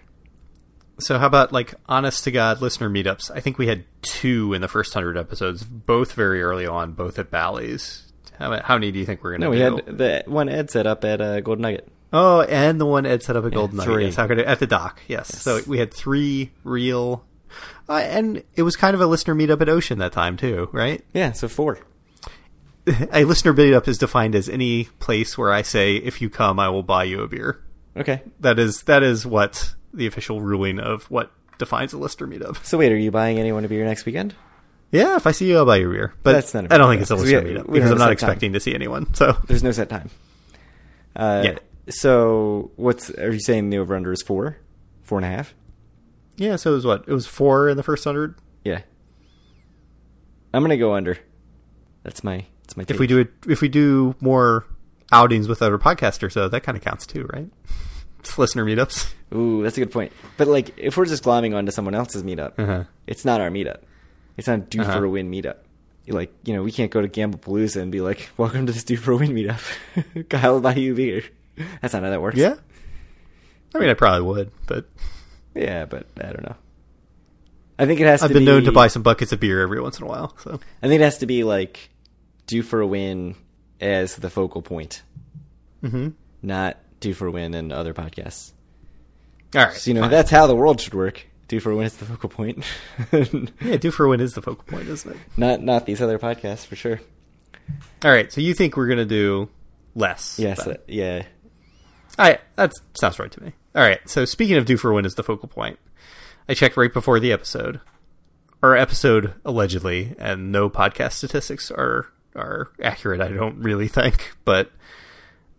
[SPEAKER 4] for.
[SPEAKER 3] So how about like honest to god listener meetups? I think we had two in the first hundred episodes, both very early on, both at Bally's. How, how many do you think we're gonna?
[SPEAKER 4] No, we
[SPEAKER 3] do?
[SPEAKER 4] had the one Ed set up at uh, Golden Nugget.
[SPEAKER 3] oh, and the one Ed set up a golden nugget.
[SPEAKER 4] three.
[SPEAKER 3] Yes, how could I- at the dock? Yes. So we had three real, uh, and it was kind of a listener meetup at Ocean that time too, right? <laughs>
[SPEAKER 4] Yeah, so four.
[SPEAKER 3] a listener meetup is defined as any place where I say, "If you come, I will buy you a beer."
[SPEAKER 4] Okay.
[SPEAKER 3] That is that is what the official ruling of what defines a Lister meetup. <laughs>
[SPEAKER 4] So wait, are you buying anyone a beer next weekend?
[SPEAKER 3] Yeah, if I see you, I'll buy you a beer. But
[SPEAKER 4] That's not a
[SPEAKER 3] I don't
[SPEAKER 4] bad
[SPEAKER 3] think it's a
[SPEAKER 4] idea, 'cause we
[SPEAKER 3] Lister
[SPEAKER 4] have-
[SPEAKER 3] meetup
[SPEAKER 4] we
[SPEAKER 3] because I'm
[SPEAKER 4] have a set
[SPEAKER 3] not
[SPEAKER 4] time.
[SPEAKER 3] expecting to see anyone. <laughs> So
[SPEAKER 4] There's no set time. Uh,
[SPEAKER 3] Yeah.
[SPEAKER 4] So what's are you saying the over under is four, four and a half?
[SPEAKER 3] yeah, so it was what it was four in the first hundred.
[SPEAKER 4] Yeah. I'm gonna go under. That's my that's my.
[SPEAKER 3] If we do it, if we do more outings with other podcasters, though, that kind of counts too, right? <laughs> It's listener meetups.
[SPEAKER 4] ooh, that's a good point. But like, if we're just glomming onto someone else's meetup,
[SPEAKER 3] Uh-huh.
[SPEAKER 4] it's not our meetup. It's not a do
[SPEAKER 3] Uh-huh.
[SPEAKER 4] for a win meetup. You Like, you know, we can't go to Gamblepalooza and be like, <laughs> "Welcome to this do for a win meetup." <laughs> Kyle, will buy you a beer. That's not how that works.
[SPEAKER 3] Yeah. I mean, I probably would, but
[SPEAKER 4] Yeah, but I don't know. I think it has.
[SPEAKER 3] I've
[SPEAKER 4] to
[SPEAKER 3] been
[SPEAKER 4] be,
[SPEAKER 3] known to buy some buckets of beer every once in a while. So
[SPEAKER 4] I think it has to be like do for a win as the focal point,
[SPEAKER 3] mm-hmm.
[SPEAKER 4] not do for a win and other podcasts.
[SPEAKER 3] all right,
[SPEAKER 4] So, you know,
[SPEAKER 3] fine.
[SPEAKER 4] that's how the world should work. Do for a win is the focal point. <laughs>
[SPEAKER 3] yeah. Do for a win is the focal point, isn't it?
[SPEAKER 4] Not not these other podcasts for sure.
[SPEAKER 3] All right. So you think we're gonna do less?
[SPEAKER 4] Yes,
[SPEAKER 3] then.
[SPEAKER 4] uh, yeah.
[SPEAKER 3] All right, that sounds right to me. All right, so speaking of do for win is the focal point, I checked right before the episode, our episode allegedly, and no podcast statistics are are accurate. I don't really think, but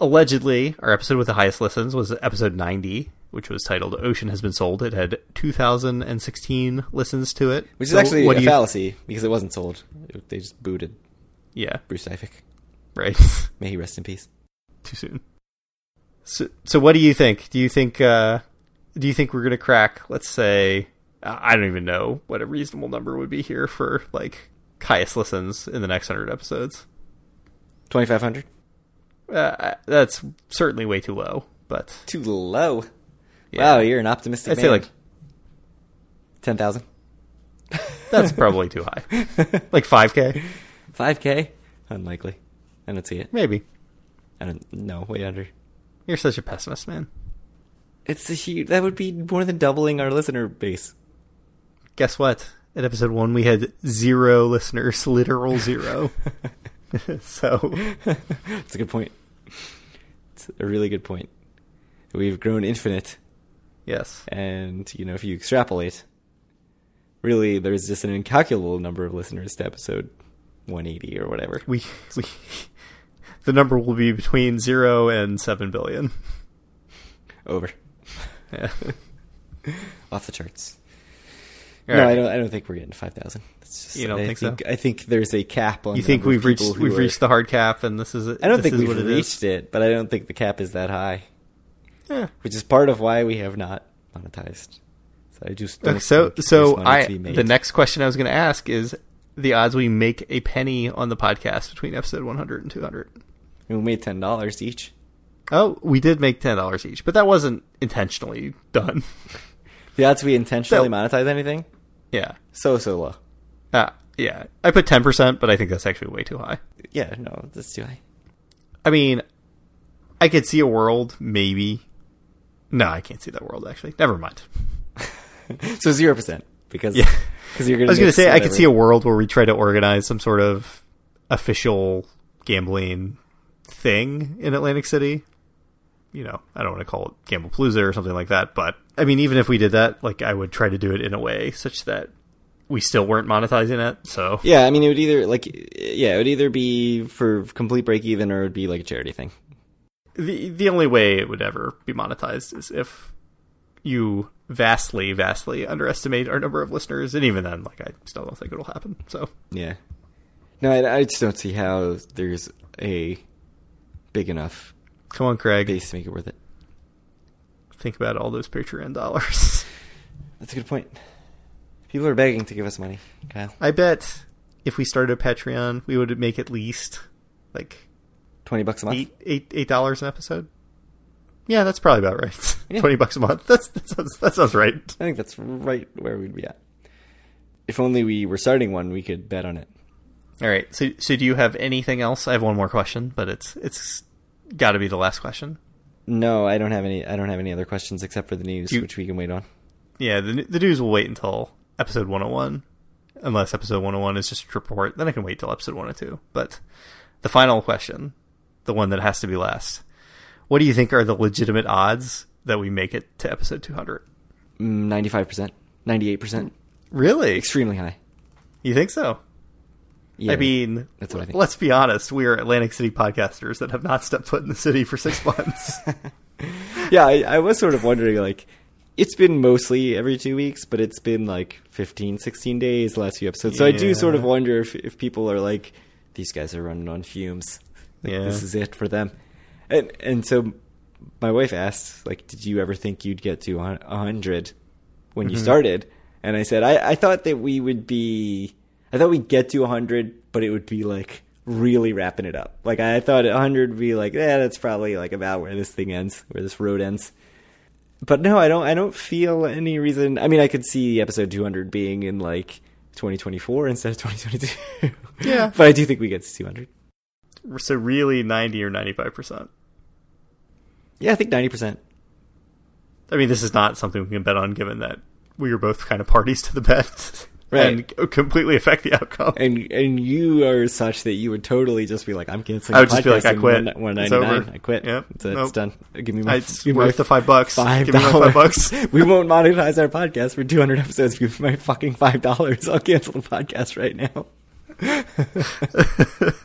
[SPEAKER 3] allegedly, our episode with the highest listens was episode ninety, which was titled "Ocean Has Been Sold." It had two thousand and sixteen listens to it,
[SPEAKER 4] Which is
[SPEAKER 3] So
[SPEAKER 4] actually
[SPEAKER 3] what
[SPEAKER 4] a
[SPEAKER 3] do you-
[SPEAKER 4] fallacy because it wasn't sold. It- They just booted
[SPEAKER 3] Yeah,
[SPEAKER 4] Bruce Ific.
[SPEAKER 3] right. <laughs>
[SPEAKER 4] May he rest in peace.
[SPEAKER 3] too soon. So, so what do you think? Do you think uh, do you think we're gonna crack? Let's say I I don't even know what a reasonable number would be here for like highest listens in the next hundred episodes.
[SPEAKER 4] Twenty five hundred.
[SPEAKER 3] Uh, I- that's certainly way too low, but
[SPEAKER 4] Too low.
[SPEAKER 3] Yeah.
[SPEAKER 4] Wow, you're <laughs> an optimistic.
[SPEAKER 3] I'd
[SPEAKER 4] man.
[SPEAKER 3] say, like-
[SPEAKER 4] ten thousand.
[SPEAKER 3] <laughs> that's probably too high. Like five k,
[SPEAKER 4] Five k. Unlikely. I don't see it.
[SPEAKER 3] maybe.
[SPEAKER 4] I don't. No, way under.
[SPEAKER 3] You're such a pessimist, man.
[SPEAKER 4] It's a huge. That would be more than doubling our listener base.
[SPEAKER 3] Guess what? At episode one, we had zero listeners, <laughs> literal
[SPEAKER 4] <laughs>
[SPEAKER 3] zero. <laughs> so
[SPEAKER 4] It's a good point. It's a really good point. We've grown infinite,
[SPEAKER 3] yes,
[SPEAKER 4] and you know, if you extrapolate, really, there's just an incalculable number of listeners to episode 180 or whatever.
[SPEAKER 3] we we the number will be between zero and seven <laughs> billion. <laughs>
[SPEAKER 4] Over,
[SPEAKER 3] Yeah.
[SPEAKER 4] off the charts.
[SPEAKER 3] All
[SPEAKER 4] no,
[SPEAKER 3] right.
[SPEAKER 4] I don't. I don't think we're getting 5,000. That's just-
[SPEAKER 3] You don't
[SPEAKER 4] I
[SPEAKER 3] think so?
[SPEAKER 4] I think there's a cap on.
[SPEAKER 3] You
[SPEAKER 4] the
[SPEAKER 3] think
[SPEAKER 4] number
[SPEAKER 3] we've
[SPEAKER 4] of
[SPEAKER 3] reached
[SPEAKER 4] people who
[SPEAKER 3] we've
[SPEAKER 4] are-
[SPEAKER 3] reached the hard cap, and this is it.
[SPEAKER 4] I don't
[SPEAKER 3] this
[SPEAKER 4] think
[SPEAKER 3] is
[SPEAKER 4] we've
[SPEAKER 3] what it is.
[SPEAKER 4] reached it, but I don't think the cap is that high,
[SPEAKER 3] Yeah.
[SPEAKER 4] which is part of why we have not monetized. So I just don't
[SPEAKER 3] Okay, so
[SPEAKER 4] think there's
[SPEAKER 3] so
[SPEAKER 4] money
[SPEAKER 3] I
[SPEAKER 4] to be made.
[SPEAKER 3] the next question I was going to ask is the odds we make a penny on the podcast between episode 100 and 200.
[SPEAKER 4] we made ten dollars each.
[SPEAKER 3] Oh, we did make ten dollars each, but that wasn't intentionally done.
[SPEAKER 4] <laughs> The odds we intentionally
[SPEAKER 3] So-
[SPEAKER 4] monetize anything?
[SPEAKER 3] yeah,
[SPEAKER 4] So so low.
[SPEAKER 3] uh, yeah. I put ten percent, but I think that's actually way too high.
[SPEAKER 4] Yeah, no, that's too high. <laughs>
[SPEAKER 3] I mean, I could see a world maybe. No, I can't see that world actually. Never
[SPEAKER 4] <laughs>
[SPEAKER 3] mind.
[SPEAKER 4] So zero percent because
[SPEAKER 3] Yeah.
[SPEAKER 4] because you're gonna.
[SPEAKER 3] I was going to
[SPEAKER 4] mix
[SPEAKER 3] say I
[SPEAKER 4] whatever.
[SPEAKER 3] could see a world where we try to organize some sort of official gambling thing in Atlantic City. You know, I don't want to call it Gamblepalooza or something like that, but I mean, even if we did that, like I would try to do it in a way such that we still weren't monetizing it. So
[SPEAKER 4] Yeah, I mean, it would either like yeah, it would either be for complete break even or it would be like a charity thing.
[SPEAKER 3] the the only way it would ever be monetized is if you vastly, vastly underestimate our number of listeners, and even then, like I still don't think it'll happen. So
[SPEAKER 4] Yeah. No, I, I just don't see how there's a big enough
[SPEAKER 3] come on, Craig,
[SPEAKER 4] base to make it worth it.
[SPEAKER 3] think about all those Patreon dollars. <laughs>
[SPEAKER 4] That's a good point. People are begging to give us money, Kyle.
[SPEAKER 3] I bet if we started a Patreon, we would make at least like
[SPEAKER 4] Twenty bucks a month.
[SPEAKER 3] eight eight eight dollars an episode. Yeah, that's probably about right. <laughs>
[SPEAKER 4] Yeah.
[SPEAKER 3] Twenty bucks a month. That's that sounds that sounds right.
[SPEAKER 4] I think that's right where we'd be at. If only we were starting one, we could bet on it.
[SPEAKER 3] All right. So so do you have anything else? I have one more question, but it's it's got to be the last question.
[SPEAKER 4] No, I don't have any. I don't have any other questions except for the news,
[SPEAKER 3] You-
[SPEAKER 4] which we can wait on.
[SPEAKER 3] Yeah, the the news will wait until episode one hundred one, unless episode one hundred one is just a trip report. Then I can wait till episode one hundred two. But the final question, the one that has to be last, what do you think are the legitimate odds that we make it to episode two hundred?
[SPEAKER 4] Mm, Ninety-five percent. 98%.
[SPEAKER 3] Really?
[SPEAKER 4] Extremely high.
[SPEAKER 3] You think so?
[SPEAKER 4] Yeah.
[SPEAKER 3] I mean,
[SPEAKER 4] that's what I think.
[SPEAKER 3] let's be honest. We are Atlantic City podcasters that have not stepped foot in the city for
[SPEAKER 4] <laughs>
[SPEAKER 3] six months.
[SPEAKER 4] yeah, I, I was sort of wondering, like, it's been mostly every two weeks, but it's been like 15, 16 days the last few episodes. So I do sort of
[SPEAKER 3] Yeah.
[SPEAKER 4] wonder if, if people are like, these guys are running on fumes. Like,
[SPEAKER 3] Yeah.
[SPEAKER 4] This is it for them. And, and so my wife asked, like, did you ever think you'd get to a 100 when you
[SPEAKER 3] Mhm.
[SPEAKER 4] started? And I said, I, I thought that we would be, I thought we'd get to 100, but it would be like really wrapping it up. Like, I thought 100 would be like, yeah, that's probably like about where this thing ends, where this road ends. But no, I don't, I don't feel any reason. I mean, I could see episode 200 being in like 2024 instead of 2022.
[SPEAKER 3] Yeah.
[SPEAKER 4] <laughs> But I do think we get to 200.
[SPEAKER 3] so really, ninety or ninety-five percent.
[SPEAKER 4] Yeah, I think 90%.
[SPEAKER 3] I mean, this is not something we can bet on, given that we were both kind of parties to the bet <laughs>
[SPEAKER 4] Right.
[SPEAKER 3] and completely affect the outcome.
[SPEAKER 4] and and you are such that you would totally just be like, I'm canceling.
[SPEAKER 3] I would just be like,
[SPEAKER 4] podcasting,
[SPEAKER 3] I quit.
[SPEAKER 4] One
[SPEAKER 3] It's
[SPEAKER 4] ninety nine.
[SPEAKER 3] over.
[SPEAKER 4] I quit.
[SPEAKER 3] Yep.
[SPEAKER 4] It's, it's
[SPEAKER 3] Nope.
[SPEAKER 4] done. Give me my.
[SPEAKER 3] It's
[SPEAKER 4] give me
[SPEAKER 3] worth
[SPEAKER 4] my
[SPEAKER 3] the five bucks.
[SPEAKER 4] Five
[SPEAKER 3] Give me my five
[SPEAKER 4] dollars.
[SPEAKER 3] bucks.
[SPEAKER 4] <laughs> we won't monetize our podcast for two hundred episodes. Give me my fucking five dollars. I'll cancel the podcast right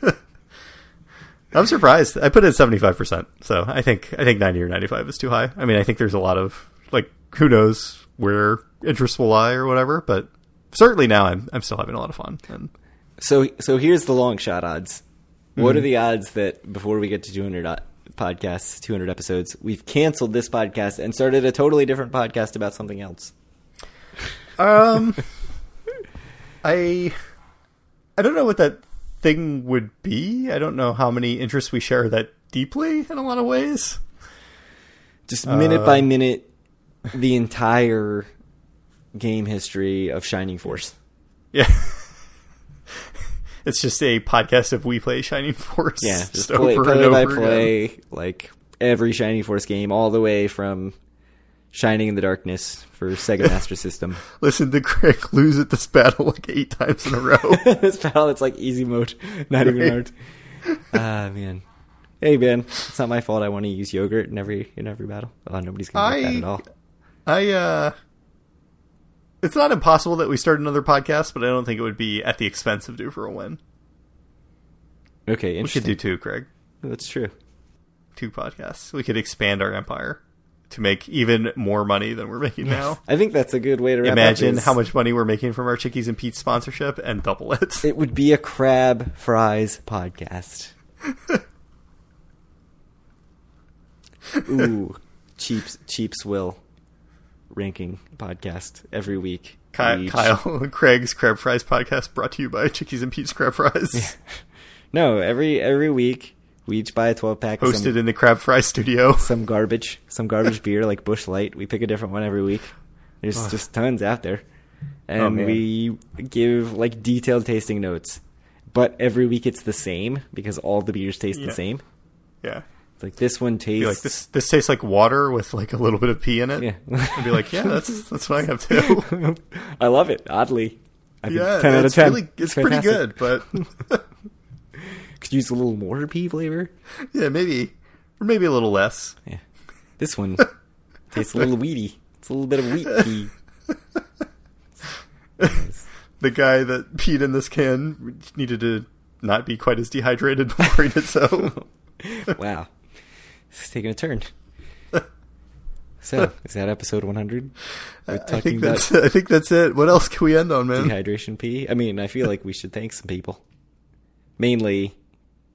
[SPEAKER 3] <laughs>
[SPEAKER 4] now.
[SPEAKER 3] <laughs> I'm surprised. I put it at seventy five percent, so I think I think ninety or ninety five is too high. I mean, I think there's a lot of like who knows where interests will lie or whatever, but certainly now I'm I'm still having a lot of fun. And
[SPEAKER 4] So so here's the long shot odds.
[SPEAKER 3] Mm-hmm.
[SPEAKER 4] What are the odds that before we get to 200 o- podcasts, 200 episodes, we've canceled this podcast and started a totally different podcast about something else?
[SPEAKER 3] um, <laughs> I I don't know what that thing would be. I don't know how many interests we share that deeply in a lot of ways.
[SPEAKER 4] just minute
[SPEAKER 3] Uh,
[SPEAKER 4] by minute the entire game history of Shining Force.
[SPEAKER 3] Yeah. <laughs> It's just a podcast of we play Shining Force. <laughs>
[SPEAKER 4] Yeah, just
[SPEAKER 3] just
[SPEAKER 4] play,
[SPEAKER 3] over
[SPEAKER 4] play
[SPEAKER 3] and over
[SPEAKER 4] by
[SPEAKER 3] again.
[SPEAKER 4] play, like every Shining Force game, all the way from Shining in the Darkness
[SPEAKER 3] <laughs>
[SPEAKER 4] for Sega Master System.
[SPEAKER 3] Listen to Craig lose at this battle like eight times in a row.
[SPEAKER 4] <laughs> this battle, it's like easy mode, <laughs> not even
[SPEAKER 3] Right.
[SPEAKER 4] hard. Ah man, hey man, it's not my fault. I want to use yogurt in every in every battle. Oh, nobody's gonna like that
[SPEAKER 3] I-
[SPEAKER 4] at all.
[SPEAKER 3] I uh It's not impossible that we start another podcast, but I don't think it would be at the expense of Do for a Win.
[SPEAKER 4] Okay,
[SPEAKER 3] We
[SPEAKER 4] interesting.
[SPEAKER 3] should do two, Craig.
[SPEAKER 4] That's true.
[SPEAKER 3] Two podcasts. We could expand our empire to make even more money than we're making
[SPEAKER 4] <laughs>
[SPEAKER 3] now.
[SPEAKER 4] I think that's a good way to wrap up
[SPEAKER 3] Imagine
[SPEAKER 4] is-
[SPEAKER 3] how much money we're making from our Chickies and Pete's sponsorship and double <laughs> it.
[SPEAKER 4] It would be a crab fries podcast.
[SPEAKER 3] <laughs>
[SPEAKER 4] Ooh, cheaps cheaps will ranking podcast every week.
[SPEAKER 3] Ky-
[SPEAKER 4] Each- <laughs>
[SPEAKER 3] Kyle <laughs> and Craig's Crab Fries podcast brought to you by Chickies and Pete's Crab Fries.
[SPEAKER 4] No, every every week we each buy a twelve pack of
[SPEAKER 3] Hosted
[SPEAKER 4] some,
[SPEAKER 3] in the Crab Fry studio.
[SPEAKER 4] <laughs> some garbage some garbage beer like Bush Light. We pick a different one every week. There's
[SPEAKER 3] Ugh.
[SPEAKER 4] just tons out there,
[SPEAKER 3] Oh,
[SPEAKER 4] and
[SPEAKER 3] man.
[SPEAKER 4] we give like detailed tasting notes. But every week it's the same because all the beers taste
[SPEAKER 3] Yeah.
[SPEAKER 4] the same.
[SPEAKER 3] <laughs> Yeah.
[SPEAKER 4] It's like this one tastes
[SPEAKER 3] Be like this this tastes like water with like a little bit of pee in it.
[SPEAKER 4] Yeah.
[SPEAKER 3] And be like, yeah,
[SPEAKER 4] <laughs>
[SPEAKER 3] that's that's what I have too.
[SPEAKER 4] I love it. Oddly, I think
[SPEAKER 3] yeah,
[SPEAKER 4] 10 out of
[SPEAKER 3] it's
[SPEAKER 4] 10.
[SPEAKER 3] really it's pretty good,
[SPEAKER 4] fantastic.
[SPEAKER 3] but
[SPEAKER 4] <laughs> could use a little more pea flavor.
[SPEAKER 3] yeah, maybe or maybe a little less.
[SPEAKER 4] Yeah, this
[SPEAKER 3] <laughs>
[SPEAKER 4] one tastes a little weedy. It's a little bit of wheat pea.
[SPEAKER 3] The guy that peed in this can needed to not be quite as dehydrated <laughs> before he did so.
[SPEAKER 4] <laughs>
[SPEAKER 3] <laughs>
[SPEAKER 4] wow, it's taking a turn.
[SPEAKER 3] <laughs>
[SPEAKER 4] So, is that episode 100?
[SPEAKER 3] I,
[SPEAKER 4] We're
[SPEAKER 3] I
[SPEAKER 4] talking
[SPEAKER 3] think
[SPEAKER 4] about
[SPEAKER 3] that's I think that's it. What else can we end on, man?
[SPEAKER 4] dehydration pea. I mean, I feel like we should thank some people, mainly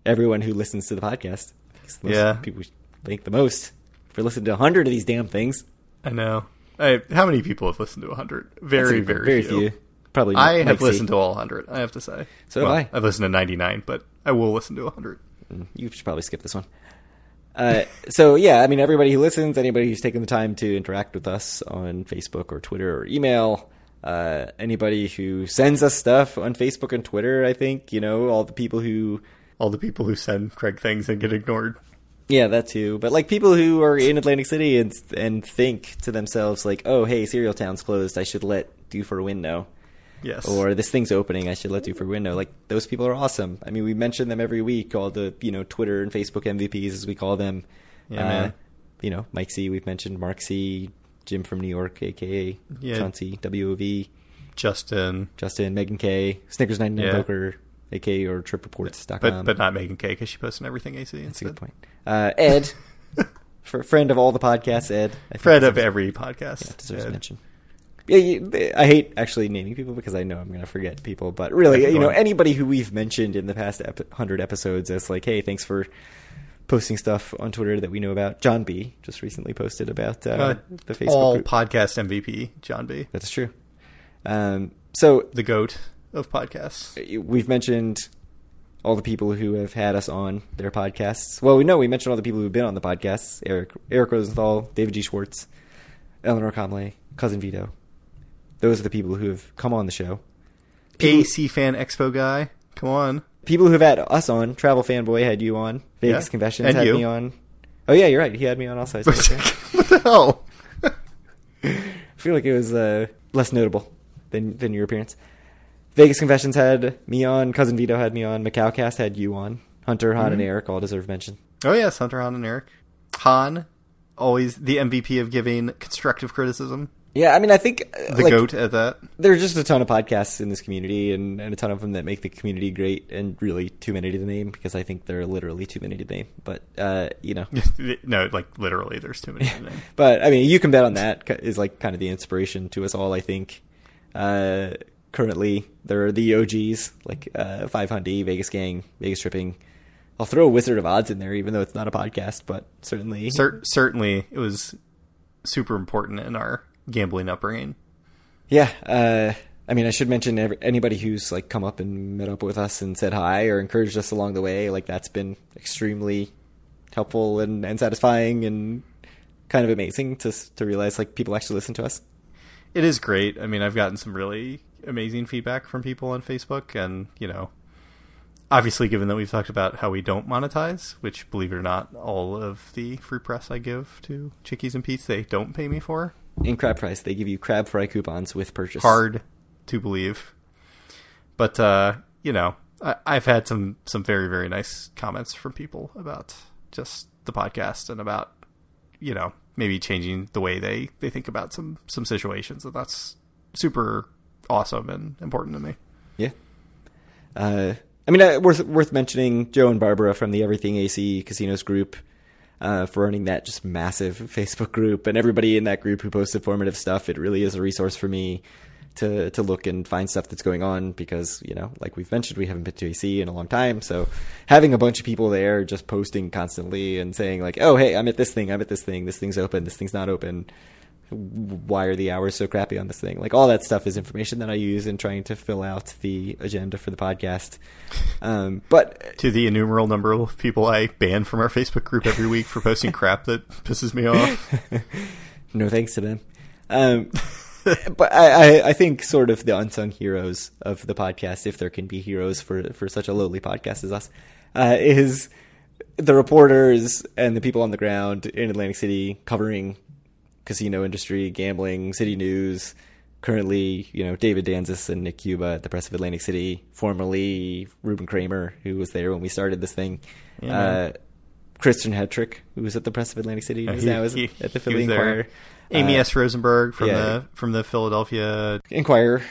[SPEAKER 4] everyone who listens to the podcast. I think it's the most
[SPEAKER 3] Yeah.
[SPEAKER 4] people we should thank the most for listening to 100 of these damn things.
[SPEAKER 3] I know. I, how many people have listened to 100?
[SPEAKER 4] That's
[SPEAKER 3] Very,
[SPEAKER 4] a-
[SPEAKER 3] very, few.
[SPEAKER 4] Probably.
[SPEAKER 3] I
[SPEAKER 4] Mike
[SPEAKER 3] have
[SPEAKER 4] C.
[SPEAKER 3] listened to all 100, I have to say.
[SPEAKER 4] So have I.
[SPEAKER 3] I've listened to 99, but I will listen to 100.
[SPEAKER 4] You should probably skip this one. Uh, so yeah, I mean, everybody who listens, anybody who's taken the time to interact with us on Facebook or Twitter or email, uh, anybody who sends us stuff on Facebook and Twitter, I think you know all the people who.
[SPEAKER 3] All the people who send Craig things and get ignored.
[SPEAKER 4] Yeah, that too. But like people who are in Atlantic City and and think to themselves like, "Oh, hey, Serial Town's closed. I should let Do for a Win know."
[SPEAKER 3] Yes.
[SPEAKER 4] or this thing's opening i should let you for window like those people are awesome i mean we mention them every week all the you know twitter and facebook mvps as we call them Uh,
[SPEAKER 3] Yeah, man.
[SPEAKER 4] you know mike c we've mentioned mark c Jim from New York, aka
[SPEAKER 3] Yeah.
[SPEAKER 4] Chauncey WOV,
[SPEAKER 3] Justin,
[SPEAKER 4] Justin, Megan K, Snickers 99
[SPEAKER 3] Yeah.
[SPEAKER 4] Poker, aka or TripReports.com.
[SPEAKER 3] but but not Megan K because she posted everything AC.
[SPEAKER 4] That's a good
[SPEAKER 3] instead.
[SPEAKER 4] point. Uh,
[SPEAKER 3] <laughs>
[SPEAKER 4] Ed, fr- friend of all the podcasts, Ed. I think
[SPEAKER 3] Fred
[SPEAKER 4] deserves-
[SPEAKER 3] of every podcast.
[SPEAKER 4] yeah, deserves
[SPEAKER 3] Ed.
[SPEAKER 4] mention. Yeah, you, I hate actually naming people because I know I'm going to forget people. But really, you know,
[SPEAKER 3] Everyone.
[SPEAKER 4] anybody who we've mentioned in the past ep- hundred episodes as like, hey, thanks for posting stuff on Twitter that we know about. John B just recently posted about uh,
[SPEAKER 3] Uh,
[SPEAKER 4] the Facebook
[SPEAKER 3] all
[SPEAKER 4] group.
[SPEAKER 3] podcast MVP John B,
[SPEAKER 4] That's true. Um, so
[SPEAKER 3] the goat of podcasts.
[SPEAKER 4] we've mentioned all the people who have had us on their podcasts. Well, we know we mentioned all the people who've been on the podcasts: Eric, Eric Rosenthal, David G. Schwartz, Eleanor Comley, cousin Vito. Those are the people who have come on the show. People,
[SPEAKER 3] AC Fan Expo guy, come on.
[SPEAKER 4] people who have had us on. Travel Fanboy had you on. Vegas
[SPEAKER 3] Yeah,
[SPEAKER 4] Confessions
[SPEAKER 3] and
[SPEAKER 4] had
[SPEAKER 3] you.
[SPEAKER 4] me on. Oh yeah, you're right. He had me on also.
[SPEAKER 3] <laughs>
[SPEAKER 4] I suppose.
[SPEAKER 3] what the hell?
[SPEAKER 4] <laughs> I feel like it was uh, less notable than than your appearance. Vegas Confessions had me on. Cousin Vito had me on. Macau Cast had you on. Hunter, Han, and
[SPEAKER 3] Mhm.
[SPEAKER 4] Eric all deserve mention.
[SPEAKER 3] Oh yes, Hunter Han and Eric. Han, always the MVP of giving constructive criticism.
[SPEAKER 4] Yeah, I mean, I think uh,
[SPEAKER 3] The
[SPEAKER 4] like,
[SPEAKER 3] goat at that. <laughs>
[SPEAKER 4] There are just a ton of podcasts in this community, and, and a ton of them that make the community great, and really too many to name because I think there are literally too many to name. But uh,
[SPEAKER 3] <laughs>
[SPEAKER 4] you know,
[SPEAKER 3] no, like literally, there's too many. in there.
[SPEAKER 4] <laughs> but I mean, you can bet on that ki- is like kind of the inspiration to us all. I think uh, currently there are the OGs like uh, Five Hundy, Vegas Gang, Vegas Tripping. I'll throw Wizard of Odds in there, even though it's not a podcast, but certainly
[SPEAKER 3] Cer- certainly, it was super important in our gambling upbringing.
[SPEAKER 4] Yeah, uh, I mean, I should mention every, anybody who's like come up and met up with us and said hi or encouraged us along the way. Like that's been extremely helpful and, and satisfying and kind of amazing to s- to realize like people actually listen to us.
[SPEAKER 3] It is great. I mean, I've gotten some really amazing feedback from people on Facebook, and you know, obviously, given that we've talked about how we don't monetize, which believe it or not, all of the free press I give to Chickies and Pete's, they don't pay me for.
[SPEAKER 4] In Crab Price, they give you crab fry coupons with purchase.
[SPEAKER 3] hard to believe. But uh, you know, I, I've had some some very very nice comments from people about just the podcast and about you know maybe changing the way they they think about some some situations, and that's super awesome and important to me.
[SPEAKER 4] Yeah. Uh, I mean, uh, worth worth mentioning Joe and Barbara from the Everything AC Casinos group uh, for running that just massive <laughs> Facebook group, and everybody in that group who posts informative stuff. It really is a resource for me to to look and find stuff that's going on because you know, like we've mentioned, we haven't been to AC in a long time. So having a bunch of people there just posting constantly and saying like, "Oh, hey, I'm at this thing. I'm at this thing. This thing's open. This thing's not open." why are the hours so crappy on this thing? Like all that stuff is information that I use in trying to fill out the agenda for the podcast. Um, but
[SPEAKER 3] To the innumerable number of people I ban from our Facebook group every week for <laughs> posting crap that pisses me off. <laughs>
[SPEAKER 4] <laughs> no thanks to them. Um, <laughs> but I, I, I think sort of the unsung heroes of the podcast, if there can be heroes for, for such a lowly podcast as us, uh, is the reporters and the people on the ground in Atlantic City covering casino industry, gambling, city news. Currently, you know, David Danzis and Nick Cuba at the Press of Atlantic City, formerly Ruben Kramer, who was there when we started this thing.
[SPEAKER 3] Yeah.
[SPEAKER 4] Uh, Christian Hetrick, who was at the Press of Atlantic City, who's now is
[SPEAKER 3] He-
[SPEAKER 4] at the
[SPEAKER 3] he
[SPEAKER 4] Philly
[SPEAKER 3] was there.
[SPEAKER 4] Inquirer.
[SPEAKER 3] Amy
[SPEAKER 4] Uh,
[SPEAKER 3] S. Rosenberg from
[SPEAKER 4] yeah.
[SPEAKER 3] the from the Philadelphia
[SPEAKER 4] Inquirer.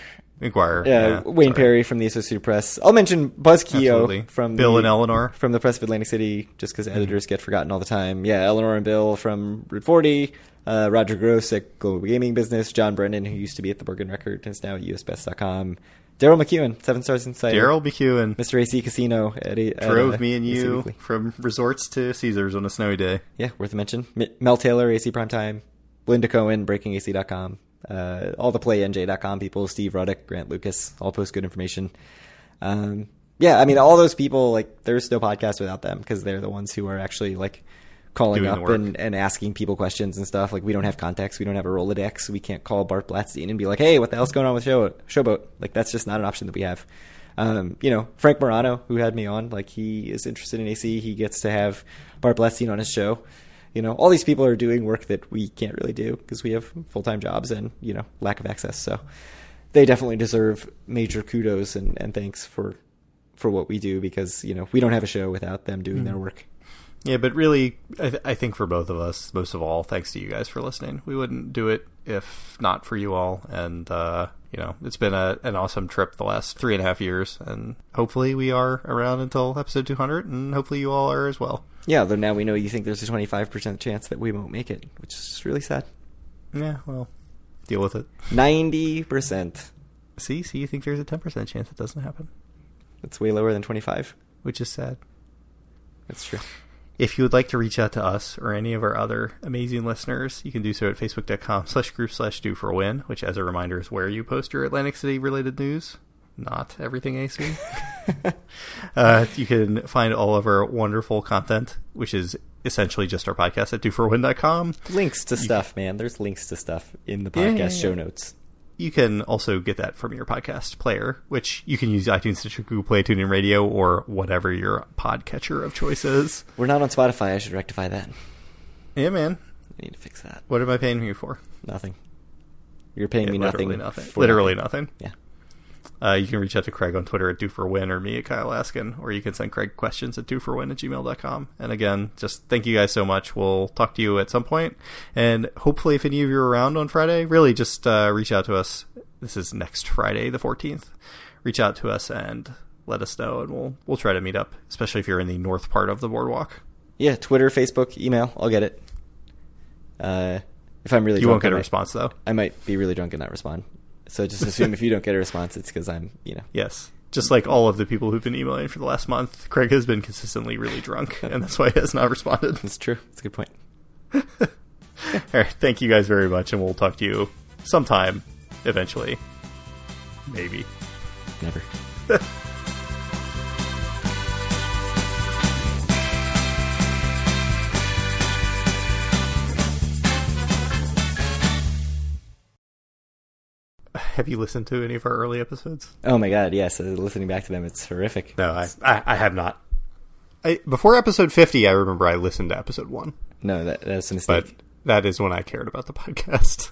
[SPEAKER 3] Inquirer.
[SPEAKER 4] Uh, Wayne
[SPEAKER 3] sorry.
[SPEAKER 4] Perry from the Associated Press. I'll mention Buzz
[SPEAKER 3] Absolutely.
[SPEAKER 4] Keogh from
[SPEAKER 3] Bill
[SPEAKER 4] the,
[SPEAKER 3] and Eleanor. Mm-hmm.
[SPEAKER 4] from the Press of Atlantic City, just because editors get forgotten all the time. Yeah, Eleanor and Bill from Route 40. Uh, Roger Gross at Global Gaming Business. John Brennan, who used to be at the Bergen Record, is now at USBest.com. Daryl McEwen, Seven Stars Insider.
[SPEAKER 3] Daryl McEwen
[SPEAKER 4] Mr. AC Casino. At, a- at,
[SPEAKER 3] drove
[SPEAKER 4] uh,
[SPEAKER 3] me and
[SPEAKER 4] AC
[SPEAKER 3] you
[SPEAKER 4] Weekly.
[SPEAKER 3] from resorts to Caesars on a snowy day.
[SPEAKER 4] yeah, worth a mention. M- Mel Taylor, AC Primetime, Linda Cohen, BreakingAC.com, uh, all the PlayNJ.com people, Steve Ruddick, Grant Lucas, all post good information. Um, yeah, I mean, all those people, like, there's no podcast without them because they're the ones who are actually, like, calling
[SPEAKER 3] Doing the
[SPEAKER 4] up
[SPEAKER 3] work.
[SPEAKER 4] and, and asking people questions and stuff. Like, we don't have contacts. We don't have a Rolodex. We can't call Bart Blatstein and be like, hey, what the hell's going on with show, Showboat? Like, that's just not an option that we have. Um, you know, Frank Morano, who had me on, like, he is interested in AC. He gets to have Bart Blatstein on his show. You know, all these people are doing work that we can't really do because we have full time jobs and, you know, lack of access. So they definitely deserve major kudos and, and thanks for for what we do because, you know, we don't have a show without them doing their work.
[SPEAKER 3] Yeah, but really, I, th- I think for both of us, most of all, thanks to you guys for listening. We wouldn't do it if not for you all. And, uh, you know, it's been a, an awesome trip the last three and a half years. And hopefully we are around until episode 200, and hopefully you all are as well.
[SPEAKER 4] Yeah, though now we know you think there's a 25% chance that we won't make it, which is really sad.
[SPEAKER 3] Yeah, well, deal with it.
[SPEAKER 4] 90%.
[SPEAKER 3] See, see, you think there's a 10% chance it doesn't happen,
[SPEAKER 4] That's way lower than 25.
[SPEAKER 3] which is sad.
[SPEAKER 4] That's true.
[SPEAKER 3] If you would like to reach out to us or any of our other amazing listeners, you can do so at facebook.com slash group slash do for a win, which as a reminder is where you post your Atlantic City related news. Not everything
[SPEAKER 4] <laughs>
[SPEAKER 3] AC. uh, you can find all of our wonderful content, which is essentially just our podcast at doforawin.com.
[SPEAKER 4] links to stuff, man. There's links to stuff in the podcast
[SPEAKER 3] Yeah, yeah,
[SPEAKER 4] show
[SPEAKER 3] yeah.
[SPEAKER 4] notes.
[SPEAKER 3] You can also get that from your podcast player, which you can use iTunes, Stitcher, Google Play, TuneIn Radio, or whatever your podcatcher of choice is.
[SPEAKER 4] We're not on Spotify. I should rectify that.
[SPEAKER 3] Yeah, man.
[SPEAKER 4] I need to fix that.
[SPEAKER 3] What am I paying you for?
[SPEAKER 4] Nothing. You're paying
[SPEAKER 3] Yeah,
[SPEAKER 4] me
[SPEAKER 3] literally
[SPEAKER 4] nothing.
[SPEAKER 3] nothing.
[SPEAKER 4] for
[SPEAKER 3] Literally nothing.
[SPEAKER 4] Yeah.
[SPEAKER 3] Uh, you can reach out to Craig on Twitter at doforwin or me at Kyle Askin, or you can send Craig questions at doforwin at gmail.com. And again, just thank you guys so much. We'll talk to you at some point. And hopefully, if any of you are around on Friday, really just uh, reach out to us. This is next Friday, the 14th. Reach out to us and let us know, and we'll we'll try to meet up, especially if you're in the north part of the boardwalk.
[SPEAKER 4] Yeah, Twitter, Facebook, email. I'll get it. Uh, if I'm really
[SPEAKER 3] you won't
[SPEAKER 4] drunk,
[SPEAKER 3] get a
[SPEAKER 4] I might-
[SPEAKER 3] response, though.
[SPEAKER 4] I might be really drunk and not respond. So just assume if you don't get a response, it's because I'm, you know.
[SPEAKER 3] Yes. Just like all of the people who've been emailing for the last month, Craig has been consistently really drunk, and that's why he has not
[SPEAKER 4] <laughs>
[SPEAKER 3] responded.
[SPEAKER 4] It's true. It's a good point.
[SPEAKER 3] <laughs> All right. Thank you guys very much, and we'll talk to you sometime, eventually. Maybe. <laughs>
[SPEAKER 4] Never.
[SPEAKER 3] Have you listened to any of our early episodes?
[SPEAKER 4] Oh my god, yes. uh, listening back to them, it's horrific.
[SPEAKER 3] No, I, I, I have not. I, before episode 50, I remember I listened to episode 1,
[SPEAKER 4] No, that, that was a mistake.
[SPEAKER 3] but that is when I cared about the <laughs> podcast.